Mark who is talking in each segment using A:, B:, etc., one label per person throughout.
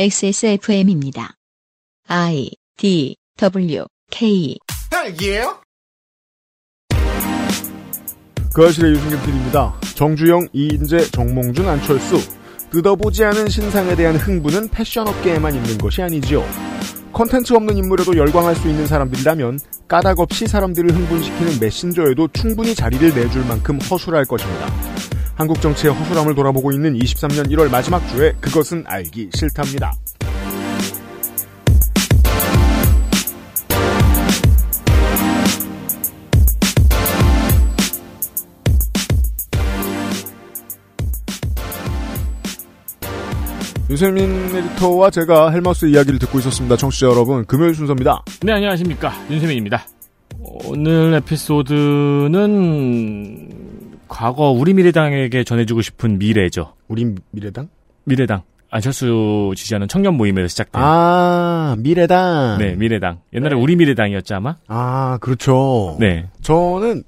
A: XSFM입니다. I D W K
B: 헬기예요?
C: 그아실의 유승균 PD입니다. 정주영, 이인재, 정몽준, 안철수. 뜯어보지 않은 신상에 대한 흥분은 패션업계에만 있는 것이 아니지요. 컨텐츠 없는 인물에도 열광할 수 있는 사람들이라면 까닭없이 사람들을 흥분시키는 메신저에도 충분히 자리를 내줄 만큼 허술할 것입니다. 한국 정치의 허술함을 돌아보고 있는 23년 1월 마지막 주에 그것은 알기 싫답니다. 윤세민 에디터와 제가 헬마우스 이야기를 듣고 있었습니다. 청취자 여러분, 금요일 순서입니다.
D: 네, 안녕하십니까. 윤세민입니다. 오늘 에피소드는 과거 우리 미래당에게 전해주고 싶은 미래죠.
C: 우리 미래당?
D: 미래당. 안철수 지지하는 청년 모임에서 시작된.
C: 아, 미래당.
D: 네, 미래당. 옛날에 우리 미래당이었지 아마?
C: 아, 그렇죠.
D: 네.
C: 저는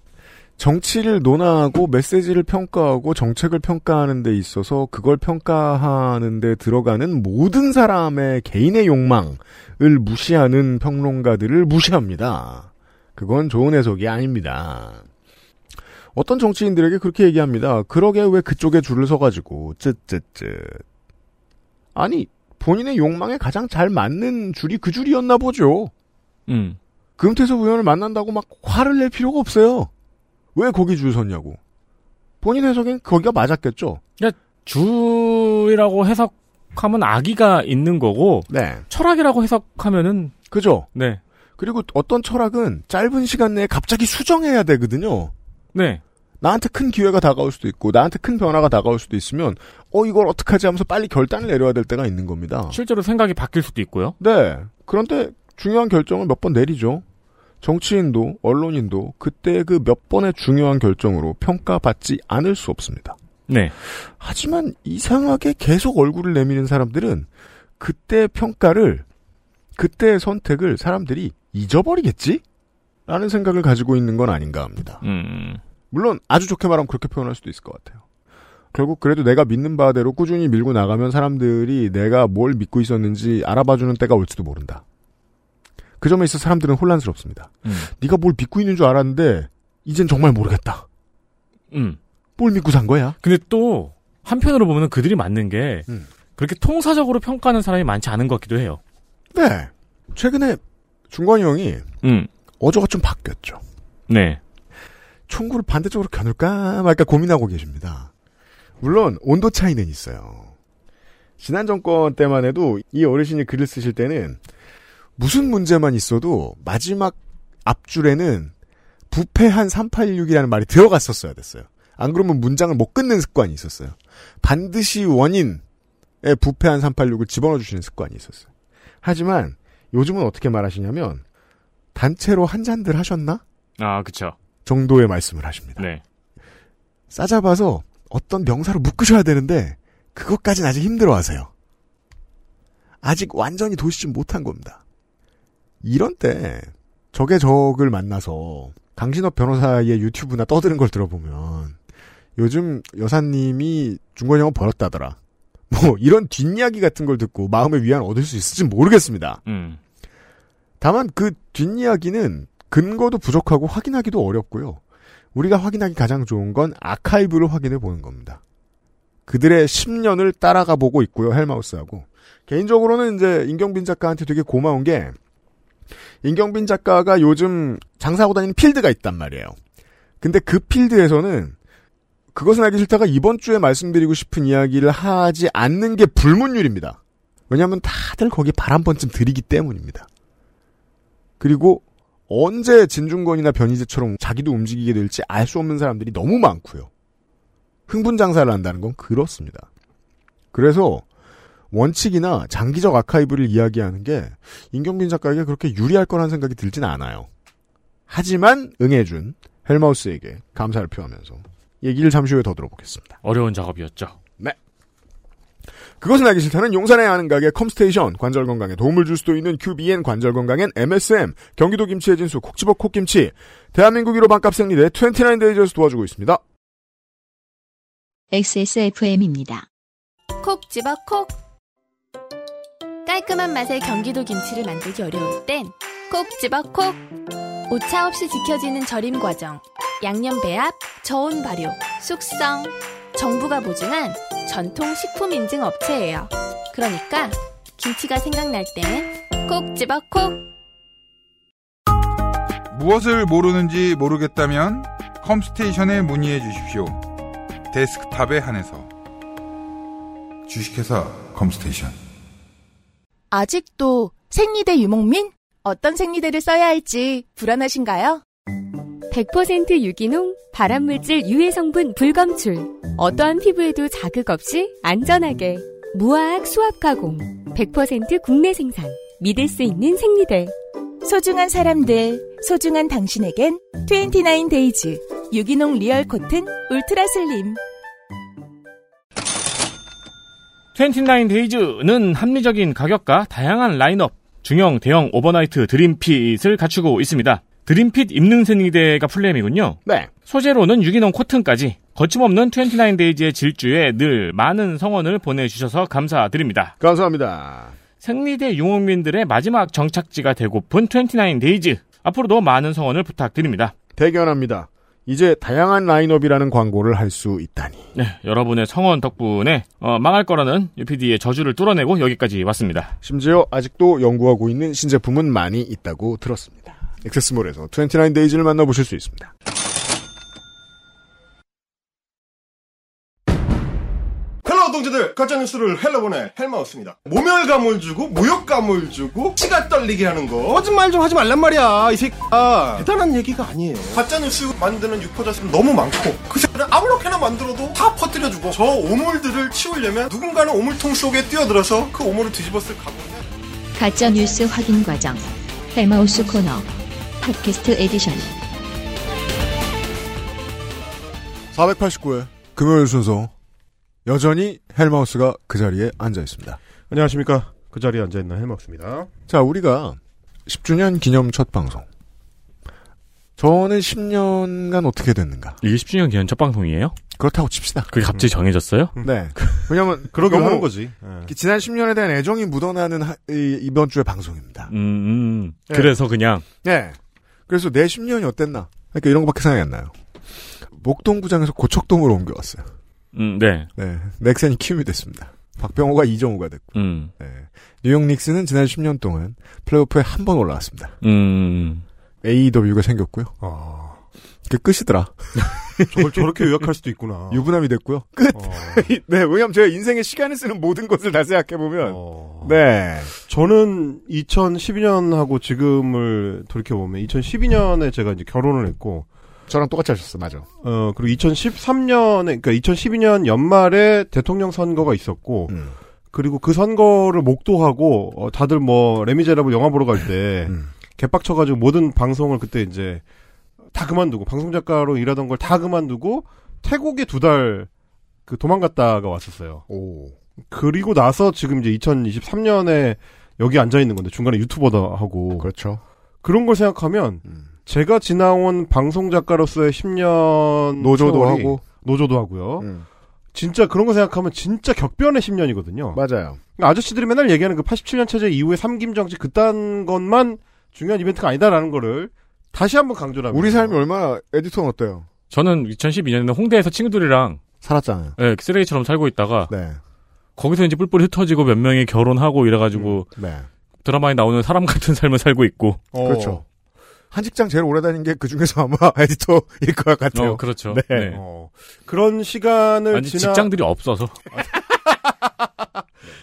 C: 정치를 논하고 메시지를 평가하고 정책을 평가하는 데 있어서 그걸 평가하는 데 들어가는 모든 사람의 개인의 욕망을 무시하는 평론가들을 무시합니다. 그건 좋은 해석이 아닙니다. 어떤 정치인들에게 그렇게 얘기합니다. 그러게 왜 그쪽에 줄을 서가지고 쯧쯧쯧. 아니 본인의 욕망에 가장 잘 맞는 줄이 그 줄이었나 보죠.
D: 음.
C: 금태섭 의원을 만난다고 막 화를 낼 필요가 없어요. 왜 거기 줄 섰냐고. 본인 해석엔 거기가 맞았겠죠.
D: 줄이라고 해석하면 악의가 있는 거고,
C: 네.
D: 철학이라고 해석하면은,
C: 그죠?
D: 네.
C: 그리고 어떤 철학은 짧은 시간 내에 갑자기 수정해야 되거든요.
D: 네.
C: 나한테 큰 기회가 다가올 수도 있고, 나한테 큰 변화가 다가올 수도 있으면, 어, 이걸 어떡하지 하면서 빨리 결단을 내려야 될 때가 있는 겁니다.
D: 실제로 생각이 바뀔 수도 있고요.
C: 네. 그런데 중요한 결정을 몇 번 내리죠. 정치인도, 언론인도, 그때 그 몇 번의 중요한 결정으로 평가받지 않을 수 없습니다.
D: 네.
C: 하지만 이상하게 계속 얼굴을 내미는 사람들은 그때 평가를 그때의 선택을 사람들이 잊어버리겠지? 라는 생각을 가지고 있는 건 아닌가 합니다.
D: 음.
C: 물론 아주 좋게 말하면 그렇게 표현할 수도 있을 것 같아요. 결국 그래도 내가 믿는 바대로 꾸준히 밀고 나가면 사람들이 내가 뭘 믿고 있었는지 알아봐주는 때가 올지도 모른다. 그 점에 있어 사람들은 혼란스럽습니다.
D: 음.
C: 네가 뭘 믿고 있는 줄 알았는데 이젠 정말 모르겠다.
D: 음.
C: 뭘 믿고 산 거야?
D: 근데 또, 한편으로 보면 그들이 맞는 게,
C: 음.
D: 그렇게 통사적으로 평가하는 사람이 많지 않은 것 같기도 해요.
C: 네. 최근에 중관이 형이
D: 음.
C: 어조가 좀 바뀌었죠.
D: 네.
C: 총구를 반대쪽으로 겨눌까 말까 고민하고 계십니다. 물론 온도 차이는 있어요. 지난 정권 때만 해도 이 어르신이 글을 쓰실 때는 무슨 문제만 있어도 마지막 앞줄에는 부패한 386이라는 말이 들어갔었어야 됐어요. 안 그러면 문장을 못 끊는 습관이 있었어요. 반드시 원인에 부패한 386을 집어넣어 주시는 습관이 있었어요. 하지만 요즘은 어떻게 말하시냐면 단체로 한 잔들 하셨나?
D: 아, 그쵸.
C: 정도의 말씀을 하십니다.
D: 네.
C: 싸잡아서 어떤 명사로 묶으셔야 되는데 그것까진 아직 힘들어하세요. 아직 완전히 도시지 못한 겁니다. 이런 때 적의 적을 만나서 강신업 변호사의 유튜브나 떠드는 걸 들어보면 요즘 여사님이 중권형을 버렸다더라. 뭐 이런 뒷이야기 같은 걸 듣고 마음의 위안 얻을 수 있을진 모르겠습니다.
D: 음.
C: 다만 그 뒷이야기는 근거도 부족하고 확인하기도 어렵고요. 우리가 확인하기 가장 좋은 건 아카이브를 확인해 보는 겁니다. 그들의 10년을 따라가 보고 있고요, 헬마우스하고. 개인적으로는 이제 인경빈 작가한테 되게 고마운 게, 인경빈 작가가 요즘 장사하고 다니는 필드가 있단 말이에요. 근데 그 필드에서는 그것은 알기 싫다가 이번 주에 말씀드리고 싶은 이야기를 하지 않는 게 불문율입니다. 왜냐하면 다들 거기 발 한 번쯤 들이기 때문입니다. 그리고 언제 진중권이나 변희재처럼 자기도 움직이게 될지 알 수 없는 사람들이 너무 많고요. 흥분 장사를 한다는 건 그렇습니다. 그래서 원칙이나 장기적 아카이브를 이야기하는 게 임경빈 작가에게 그렇게 유리할 거란 생각이 들진 않아요. 하지만 응해준 헬마우스에게 감사를 표하면서 얘기를 잠시 후에 더 들어보겠습니다.
D: 어려운 작업이었죠.
C: 그것은 알기 싫다는 용산에 아는 가게 컴스테이션, 관절 건강에 도움을 줄 수도 있는 QBN 관절 건강엔 MSM, 경기도 김치의 진수 콕지버 콕김치, 대한민국 1호 반값 생리대 29데이즈에서 도와주고 있습니다.
A: XSFM입니다.
E: 콕 집어 콕
B: 깔끔한 맛의 경기도 김치를 만들기 어려울 땐 콕 집어 콕! 오차 없이 지켜지는 절임 과정, 양념 배합, 저온 발효, 숙성. 정부가 보증한 전통 식품 인증 업체예요. 그러니까 김치가 생각날 때는 콕 집어 콕!
E: 무엇을 모르는지 모르겠다면 컴스테이션에 문의해 주십시오. 데스크탑에 한해서 주식회사 컴스테이션
F: 아직도 생리대 유목민? 어떤 생리대를 써야 할지 불안하신가요?
G: 100% 유기농, 발암물질 유해 성분 불검출. 어떠한 피부에도 자극 없이 안전하게. 무화학 수압 가공. 100% 국내 생산. 믿을 수 있는 생리대.
F: 소중한 사람들, 소중한 당신에겐 29데이즈 유기농 리얼 코튼 울트라 슬림
D: 29 데이즈는 합리적인 가격과 다양한 라인업, 중형, 대형, 오버나이트, 드림핏을 갖추고 있습니다. 드림핏 입는 생리대가 플레임이군요.
C: 네.
D: 소재로는 유기농 코튼까지 거침없는 29 데이즈의 질주에 늘 많은 성원을 보내주셔서 감사드립니다.
C: 감사합니다.
D: 생리대 유목민들의 마지막 정착지가 되고픈 29 데이즈. 앞으로도 많은 성원을 부탁드립니다.
C: 대견합니다. 이제 다양한 라인업이라는 광고를 할 수 있다니.
D: 네, 여러분의 성원 덕분에 어, 망할 거라는 UPD의 저주를 뚫어내고 여기까지 왔습니다.
C: 심지어 아직도 연구하고 있는 신제품은 많이 있다고 들었습니다. 액세스몰에서 29데이즈를 만나보실 수 있습니다.
H: 헬로 동지들 가짜뉴스를 헬로보네 헬마우스입니다 모멸감을 주고 모욕감을 주고 치가 떨리게 하는 거 거짓말 좀 하지 말란 말이야 이 새끼야 대단한 얘기가 아니에요 가짜뉴스 만드는 유포자수는 너무 많고 그 새끼들 아무렇게나 만들어도 다 퍼뜨려주고 저 오물들을 치우려면 누군가는 오물통 속에 뛰어들어서 그 오물을 뒤집었을 각오냐
A: 가짜 뉴스 확인 과정. 헬마우스 코너. 팟캐스트 에디션.
C: 489회 금요일 순서 여전히 헬마우스가 그 자리에 앉아 있습니다.
H: 안녕하십니까 그 자리에 앉아있는 헬마우스입니다
C: 자, 우리가 10주년 기념 첫 방송. 저는 10년간 어떻게 됐는가.
D: 이게 10주년 기념 첫 방송이에요?
C: 그렇다고 칩시다.
D: 그게 갑자기 정해졌어요?
C: 네. 왜냐면,
H: 음. 그러게
C: 너무
H: 하는 거지 예.
C: 지난 10년에 대한 애정이 묻어나는 하- 이- 이번 주의 방송입니다.
D: 음, 음.
C: 네.
D: 그래서 그냥
C: 네. 그래서 내 10년이 어땠나. 그러니까 이런 거밖에 생각이 안 나요. 목동구장에서 고척동으로 옮겨왔어요.
D: 음, 네.
C: 네. 넥센이 키움이 됐습니다. 박병호가 이정우가 됐고.
D: 음.
C: 네. 뉴욕 닉스는 지난 10년 동안 플레이오프에 한 번 올라왔습니다.
D: 음.
C: AEW가 생겼고요.
H: 아,
C: 그게 끝이더라.
H: 저걸 저렇게 요약할 수도 있구나 어.
C: 유부남이 됐고요. 끝. 아. 네, 왜냐면 제가 인생의 시간을 쓰는 모든 것을 다 생각해보면.
H: 어.
C: 네.
H: 저는 2012년하고 지금을 돌이켜보면 2012년에 제가 이제 결혼을 했고
C: 저랑 똑같이 하셨어, 맞아.
H: 어 그리고 2013년에 그러니까 2012년 연말에 대통령 선거가 있었고
C: 음.
H: 그리고 그 선거를 목도하고 어, 다들 뭐 레미제라블 영화 보러 갈 때
C: 음.
H: 개빡쳐가지고 모든 방송을 그때 이제 다 그만두고 방송 작가로 일하던 걸 다 그만두고 태국에 두 달 그 도망갔다가 왔었어요.
C: 오.
H: 그리고 나서 지금 이제 2023년에 여기 앉아 있는 건데 중간에 유튜버다 하고
C: 그렇죠.
H: 그런 걸 생각하면
C: 음.
H: 제가 지나온 방송 작가로서의 10년
C: 노조도
H: 세월이-
C: 하고.
H: 노조도 하고요.
C: 음.
H: 진짜 그런 거 생각하면 진짜 격변의 10년이거든요. 그러니까
C: 맞아요.
H: 아저씨들이 맨날 얘기하는 그 87년 체제 이후의 삼김 정치 그딴 것만 중요한 이벤트가 아니다라는 거를 다시 한번 강조하고
C: 우리 삶이 얼마나, 에디터는 어때요?
D: 저는 2012년에는 홍대에서 친구들이랑
C: 살았잖아요.
D: 예, 쓰레기처럼 살고 있다가
C: 네.
D: 거기서 이제 뿔뿔이 흩어지고 몇 명이 결혼하고 이래가지고
C: 네.
D: 드라마에 나오는 사람 같은 삶을 살고 있고.
H: 어.
C: 그렇죠. 한 직장 제일 오래 다닌 게 그 중에서 아마 에디터일 것 같아요.
D: 어, 그렇죠.
C: 네.
H: 어. 그런 시간을
D: 아니
H: 지나
D: 직장들이 없어서.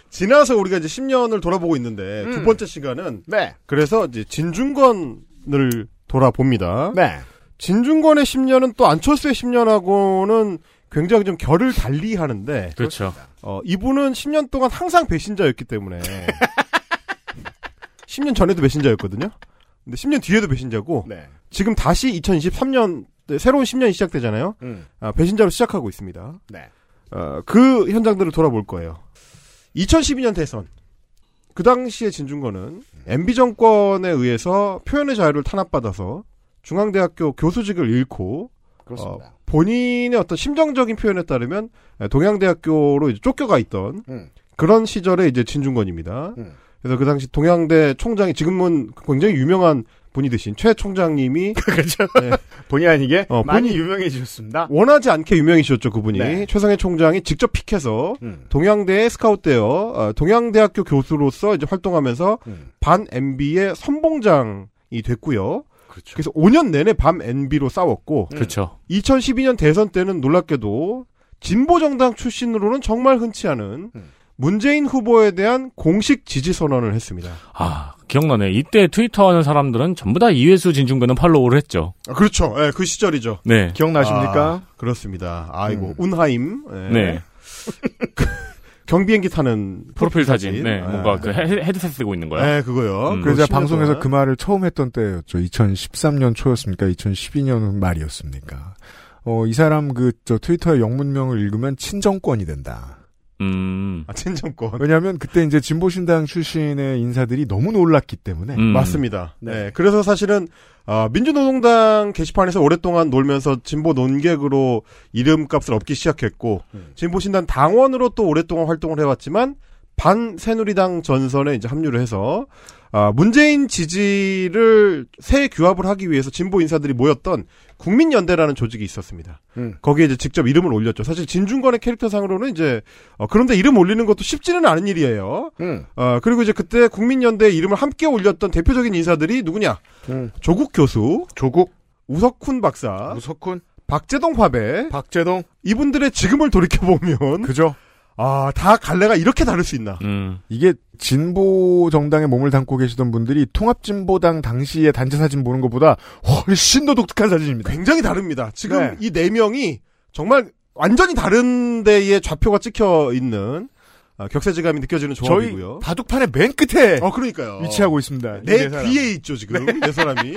H: 지나서 우리가 이제 10년을 돌아보고 있는데 두 번째 시간은
C: 음. 네.
H: 그래서 이제 진중권을 돌아봅니다.
C: 네.
H: 진중권의 10년은 또 안철수의 10년하고는 굉장히 좀 결을 달리 하는데,
D: 그렇죠.
H: 어, 이분은 10년 동안 항상 배신자였기 때문에, 10년 전에도 배신자였거든요? 근데 10년 뒤에도 배신자고,
C: 네.
H: 지금 다시 2023년, 새로운 10년이 시작되잖아요?
C: 음.
H: 아, 배신자로 시작하고 있습니다.
C: 네.
H: 어, 그 현장들을 돌아볼 거예요. 2012년 대선. 그 당시에 진중권은 MB 정권에 의해서 표현의 자유를 탄압받아서 중앙대학교 교수직을 잃고
I: 어,
C: 그렇습니다.
H: 본인의 어떤 심정적인 표현에
I: 예,
H: 따르면 동양대학교로 이제 쫓겨가 있던
C: 음.
H: 그런 시절의 이제 진중권입니다.
C: 음.
I: 그래서 그 당시 동양대 총장이 지금은 굉장히 유명한 분이 되신 최 총장님이
C: 그렇죠.
I: 네.
C: 본의 아니게
I: 어,
C: 많이
I: 본인-
C: 유명해지셨습니다.
I: 원하지 않게 유명해지셨죠 그분이
C: 네.
I: 최상의 총장이 직접 픽해서
C: 음.
I: 동양대에 스카웃되어 어, 동양대학교 교수로서 이제 활동하면서
C: 음.
I: 반 MB의 선봉장이 됐고요.
C: 그렇죠. 음.
I: 그래서 5년 내내 밤 MB로 싸웠고
D: 그렇죠.
I: 2012년 대선 때는 놀랍게도 진보 정당 출신으로는 정말 흔치 않은
C: 음.
I: 문재인 후보에 대한 공식 지지 선언을 했습니다.
D: 아, 기억나네. 이때 트위터 하는 사람들은 전부 다 이회수 진중근은 팔로우를 했죠.
I: 그렇죠. 예, 그 시절이죠.
D: 네.
C: 기억나십니까?
I: 아, 그렇습니다. 아이고
C: 음.
I: 운하임. 예.
D: 네.
I: 경비행기 타는
D: 프로필 사진. 네.
I: 예.
D: 뭔가 그 헤- 헤드셋 쓰고 있는 거야.
I: 예, 그거요.
D: 음.
I: 그거
C: 그래서 제가 방송에서
I: 심해서.
C: 그 말을 처음 했던 때였죠. 2013년 초였습니까? 2012년 말이었습니까? 어, 이 사람 그, 저 트위터의 영문명을 읽으면 친정권이 된다.
D: 음.
I: 아, 친정권.
C: 왜냐면 하 그때 이제 진보신당 출신의 인사들이 너무 놀랐기 때문에.
D: 음.
I: 맞습니다.
C: 네.
I: 네. 그래서 사실은 아, 민주노동당 게시판에서 오랫동안 놀면서 진보 논객으로 이름값을 얻기 시작했고
C: 네.
I: 진보신단 당원으로 또 오랫동안 활동을 해왔지만 반 새누리당 전선에 이제 합류를 해서 아, 문재인 지지를 새 규합을 하기 위해서 진보 인사들이 모였던 국민연대라는 조직이 있었습니다.
C: 음.
I: 거기에 이제 직접 이름을 올렸죠. 사실 진중권의 캐릭터상으로는 이제 어, 그런데 이름 올리는 것도 쉽지는 않은 일이에요.
C: 음.
I: 어, 그리고 이제 그때 국민연대 이름을 함께 올렸던 대표적인 인사들이 누구냐?
C: 음.
I: 조국 교수,
C: 조국,
I: 우석훈 박사,
C: 무석훈,
I: 박재동 파베,
C: 박재동.
I: 이분들의 지금을 돌이켜보면,
C: 그죠?
I: 아, 다 갈래가 이렇게 다를 수 있나.
D: 음.
C: 이게 진보 정당에 몸을 담고 계시던 분들이 통합진보당 당시의 단체 사진 보는 것보다 훨씬 더 독특한 사진입니다.
I: 굉장히 다릅니다. 지금
C: 네.
I: 이 네 명이 정말 완전히 다른 데에 좌표가 찍혀 있는 어, 격세지감이 느껴지는
C: 저희
I: 조합이고요.
C: 바둑판의 맨 끝에
I: 어, 그러니까요.
C: 위치하고 있습니다.
I: 내
C: 이 사람.
I: 귀에 있죠, 지금. 네 사람이.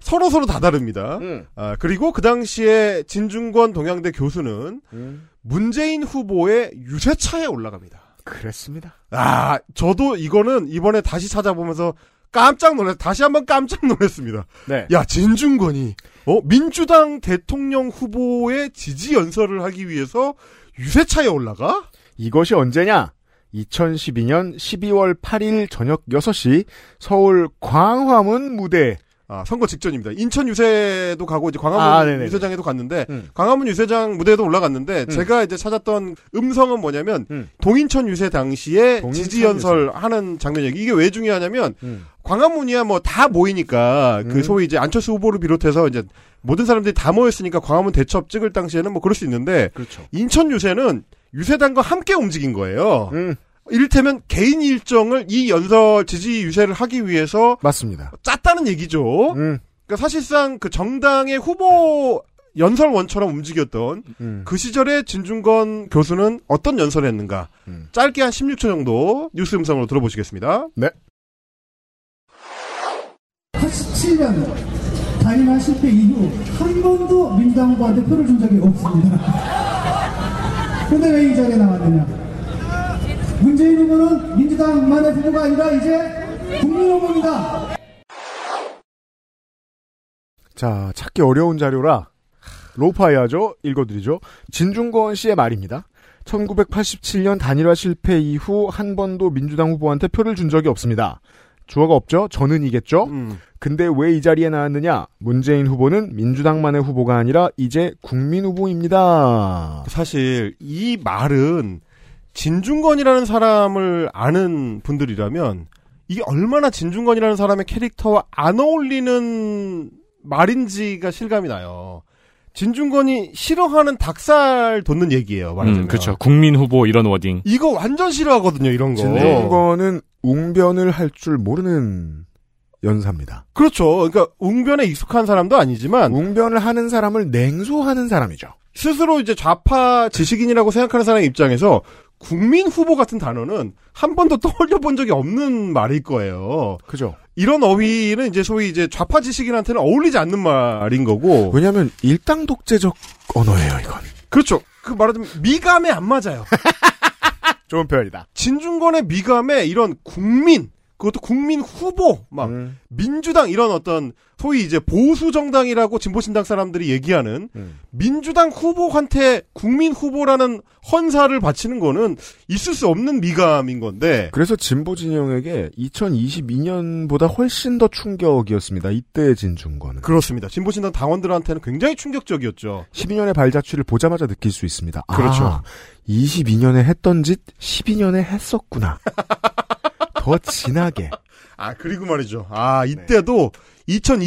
I: 서로 서로 다 다릅니다.
C: 음.
I: 아, 그리고 그 당시에 진중권 동양대 교수는
C: 음.
I: 문재인 후보의 유세차에 올라갑니다.
C: 그랬습니다.
I: 아, 저도 이거는 이번에 다시 찾아보면서 깜짝 놀랐, 다시 한번 깜짝 놀랐습니다.
C: 네.
I: 야, 진중권이, 어, 민주당 대통령 후보의 지지 연설을 하기 위해서 유세차에 올라가?
C: 이것이 언제냐? 2012년 12월 8일 저녁 6시 서울 광화문 무대.
I: 아, 선거 직전입니다. 인천 유세도 가고, 이제
C: 아,
I: 광화문
C: 네네네.
I: 유세장에도 갔는데,
C: 음.
I: 광화문 유세장 무대도 올라갔는데,
C: 음.
I: 제가 이제 찾았던 음성은 뭐냐면,
C: 음.
I: 동인천 유세 당시에
C: 동인천
I: 지지 연설 하는 장면이에요. 이게 왜 중요하냐면,
C: 음.
I: 광화문이야 뭐 다 모이니까
C: 음.
I: 그 소위 이제 안철수 후보를 비롯해서 이제 모든 사람들이 다 모였으니까 광화문 대첩 찍을 당시에는 뭐 그럴 수 있는데
C: 그렇죠.
I: 인천 유세는 유세단과 함께 움직인 거예요.
C: 음.
I: 이를테면 개인 일정을 이 연설 지지 유세를 하기 위해서
C: 맞습니다.
I: 짰다는 얘기죠.
C: 음.
I: 그러니까 사실상 그 정당의 후보 연설원처럼 움직였던
C: 음.
I: 그 시절에 진중건 교수는 어떤 연설을 했는가.
C: 음.
I: 짧게 한 16초 정도 뉴스 음성으로 들어보시겠습니다.
J: 87년에 단임하실 때 이후 한 번도 민주당 후보한테 표를 준 적이 없습니다. 근데 왜 이 자리에 나왔느냐? 문재인 후보는 민주당만의 후보가 아니라 이제 국민 후보입니다.
C: 자, 찾기 어려운 자료라 로파이하죠. 읽어드리죠. 진중권 씨의 말입니다. 1987년 단일화 실패 이후 한 번도 민주당 후보한테 표를 준 적이 없습니다. 주어가 없죠. 저는이겠죠.
I: 음.
C: 근데 왜 이 자리에 나왔느냐? 문재인 후보는 민주당만의 후보가 아니라 이제 국민 후보입니다.
I: 사실 이 말은 진중권이라는 사람을 아는 분들이라면 이게 얼마나 진중권이라는 사람의 캐릭터와 안 어울리는 말인지가 실감이 나요. 진중권이 싫어하는 닭살 돋는 얘기예요. 말하자면.
D: 음, 그렇죠. 국민 후보 이런 워딩.
I: 이거 완전 싫어하거든요. 이런 거.
C: 진중권은 웅변을 할 줄 모르는 연사입니다.
I: 그렇죠. 그러니까 웅변에 익숙한 사람도 아니지만
C: 웅변을 하는 사람을 냉소하는 사람이죠.
I: 스스로 이제 좌파 지식인이라고 생각하는 사람의 입장에서 국민 후보 같은 단어는 한 번도 떠올려 본 적이 없는 말일 거예요.
C: 그죠?
I: 이런 어휘는 이제 소위 이제 좌파 지식인한테는 어울리지 않는 말인 거고.
C: 왜냐면 하 일당 독재적 언어예요, 이건.
I: 그렇죠. 그 말하자면 미감에 안 맞아요.
C: 좋은 표현이다.
I: 진중권의 미감에 이런 국민, 그것도 국민 후보 막
C: 음.
I: 민주당 이런 어떤 소위 이제 보수 정당이라고 진보신당 사람들이 얘기하는 민주당 후보한테 국민 후보라는 헌사를 바치는 거는 있을 수 없는 미감인 건데
C: 그래서 진보 진영에게 2022년보다 훨씬 더 충격이었습니다. 이때 진중 거는.
I: 그렇습니다. 진보신당 당원들한테는 굉장히 충격적이었죠.
C: 12년의 발자취를 보자마자 느낄 수 있습니다. 아,
I: 그렇죠.
C: 22년에 했던 짓 12년에 했었구나. 더 진하게.
I: 아, 그리고 말이죠. 아, 이때도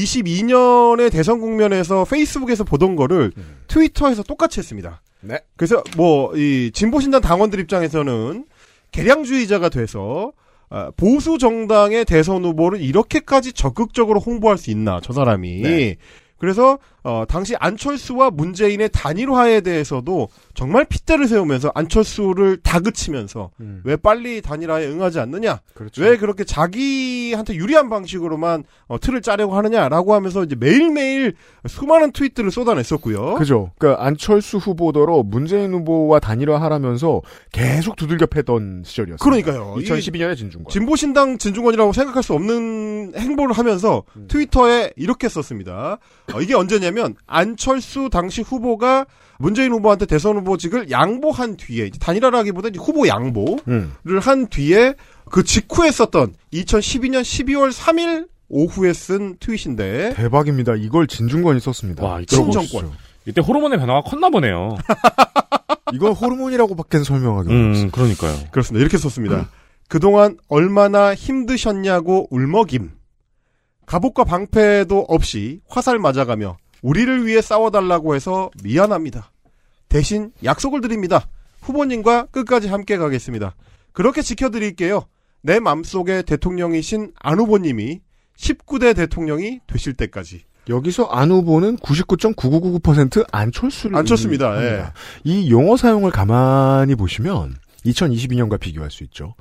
I: 2022년의 대선 국면에서 페이스북에서 보던 거를 트위터에서 똑같이 했습니다.
C: 네.
I: 그래서 뭐 이 진보신당 당원들 입장에서는 개량주의자가 돼서 아, 보수 정당의 대선 후보를 이렇게까지 적극적으로 홍보할 수 있나 저 사람이
E: 네.
I: 그래서 어, 당시 안철수와 문재인의 단일화에 대해서도 정말 핏대를 세우면서 안철수를 다그치면서 왜 빨리 단일화에 응하지 않느냐 왜 음. 그렇게 자기한테 유리한 방식으로만 어, 틀을 짜려고 하느냐라고 하면서 이제 매일매일 수많은 트윗들을 쏟아냈었고요
C: 그죠. 그러니까 안철수 후보더러 문재인 후보와 단일화하라면서 계속 두들겨 패던 시절이었어요.
I: 그러니까요.
C: 2012년에 진중권.
I: 진보신당 진중권이라고 생각할 수 없는 행보를 하면서
C: 음.
I: 트위터에 이렇게 썼습니다. 어, 이게 언제냐면 안철수 당시 후보가 문재인 후보한테 대선 후보직을 양보한 뒤에 이제 단일화라기보다 이제 후보 양보를 한 뒤에 그 직후에 썼던 2012년 12월 3일 오후에 쓴 트윗인데
C: 대박입니다. 이걸 진중권이 썼습니다.
D: 와, 이거
I: 신정권.
D: 이때 호르몬의 변화가 컸나 보네요.
C: 이건 호르몬이라고밖에 설명하기
D: 음, 그러니까요.
I: 그렇습니다. 이렇게 썼습니다. 그동안 얼마나 힘드셨냐고 울먹임. 갑옷과 방패도 없이 화살 맞아가며 우리를 위해 싸워달라고 해서 미안합니다. 대신 약속을 드립니다. 후보님과 끝까지 함께 가겠습니다. 그렇게 지켜드릴게요. 내 맘속에 대통령이신 안 후보님이 19대 대통령이 되실 때까지.
C: 여기서 안 후보는 99.9999% 안철수를
I: 안철수입니다. 예.
C: 의미합니다. 이 용어 사용을 가만히 보시면 2022년과 비교할 수 있죠.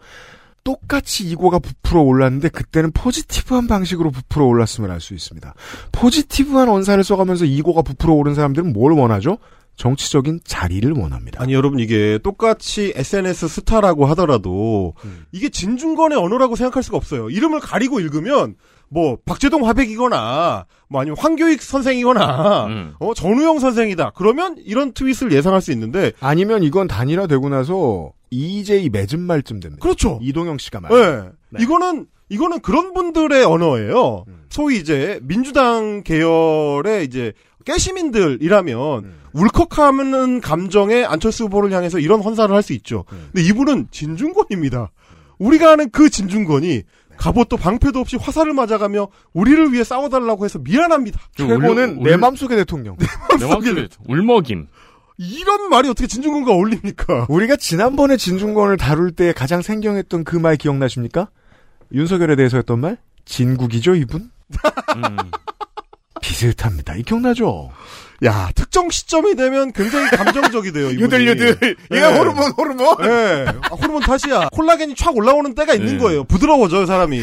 C: 똑같이 이고가 부풀어 올랐는데 그때는 포지티브한 방식으로 부풀어 올랐음을 알 수 있습니다. 포지티브한 언사를 써가면서 이고가 부풀어 오른 사람들은 뭘 원하죠? 정치적인 자리를 원합니다.
I: 아니 여러분 이게 똑같이 SNS 스타라고 하더라도 이게 진중권의 언어라고 생각할 수가 없어요. 이름을 가리고 읽으면 뭐 박재동 화백이거나 뭐 아니면 황교익
D: 아,
I: 선생이거나
D: 음.
I: 어 전우영 선생이다. 그러면 이런 트윗을 예상할 수 있는데
C: 아니면 이건 단일화되고 나서 EJ 맺은 말쯤 됩니다.
I: 그렇죠.
C: 이동영 씨가 말.
I: 예. 이거는 이거는 그런 분들의 언어예요. 소위 이제 민주당 계열의 이제 깨시민들이라면 울컥하는 감정에 안철수 후보를 향해서 이런 헌사를 할 수 있죠. 근데 이분은 진중권입니다. 우리가 아는 그 진중권이 갑옷도 방패도 없이 화살을 맞아가며 우리를 위해 싸워달라고 해서 미안합니다.
D: 좀
C: 최고는
D: 울려-
C: 내
D: 울-
C: 맘속의 대통령.
D: 내 마음속에 울먹임.
I: 이런 말이 어떻게 진중권과 어울립니까?
C: 우리가 지난번에 진중권을 다룰 때 가장 생경했던 그 말 기억나십니까? 윤석열에 대해서 했던 말? 진국이죠, 이분?
D: 음.
C: 비슷합니다. 이 기억나죠?
I: 야 특정 시점이 되면 굉장히 감정적이 돼요. 이분이. 네.
C: 호르몬!
I: 예. 아, 호르몬 탓이야. 콜라겐이 촥 올라오는 때가 있는
D: 예.
C: 네.
I: 거예요. 부드러워져요, 사람이.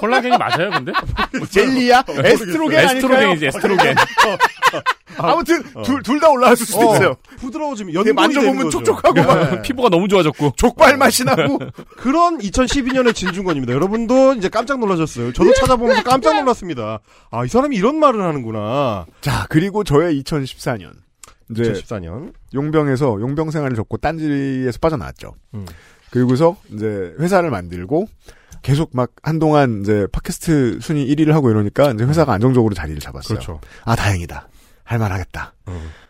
D: 콜라겐이 맞아요, 근데? 어,
C: 젤리야? 에스트로겐
D: 에스트로겐이지, 에스트로겐.
C: 아무튼, 둘, 둘 다 올라왔을 수도
I: 어,
C: 있어요.
I: 부드러워지면
C: 이게
I: 연골이
C: 만져보면
I: 되는 거죠.
C: 촉촉하고 막
I: 예.
D: 피부가 너무 어, 네. 좋아졌고.
C: 족발 맛이 나고.
I: 그런 2012년의 진중권입니다. 여러분도 이제 깜짝 놀라셨어요.
C: 네.
I: 저도 찾아보면서 깜짝 놀랐습니다. 아, 이 사람이 이런 말을 하는구나.
C: 자, 그리고 저의 2014년. 이제
I: 2014년.
C: 용병에서 용병 생활을 접고 딴지에서 빠져나왔죠.
I: 음.
C: 그리고서 이제 회사를 만들고 계속 막 한동안 이제 팟캐스트 순위 1위를 하고 이러니까 이제 회사가 안정적으로 자리를 잡았어요.
I: 그렇죠. 음.
C: 아 다행이다. 할만하겠다.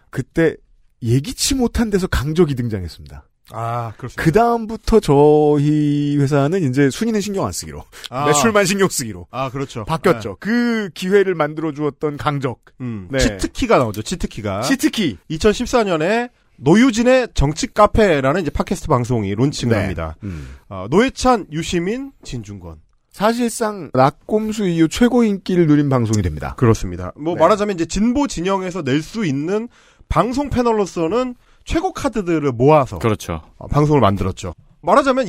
C: 그때 예기치 못한 데서 강적이 등장했습니다.
I: 아, 그렇습니다.
C: 그 다음부터 저희 회사는 이제 순위는 신경 안 쓰기로
I: 아,
C: 그 매출만 신경 쓰기로
I: 아, 그렇죠.
C: 바뀌었죠. 그 기회를 만들어 주었던 강적
I: 네. 음.
C: 네.
I: 치트키가 나오죠, 치트키가.
C: 시트키
I: 2014년에 노유진의 정치 카페라는 이제 팟캐스트 방송이 론칭을
C: 네.
I: 합니다.
C: 음.
I: 어, 노회찬, 유시민, 진중권.
C: 사실상 낙곰수 이후 최고 인기를 누린 방송이 됩니다.
I: 그렇습니다. 뭐
C: 네.
I: 말하자면 이제 진보 진영에서 낼 수 있는 방송 패널로서는 최고 카드들을 모아서
D: 그렇죠.
I: 어, 방송을 만들었죠. 말하자면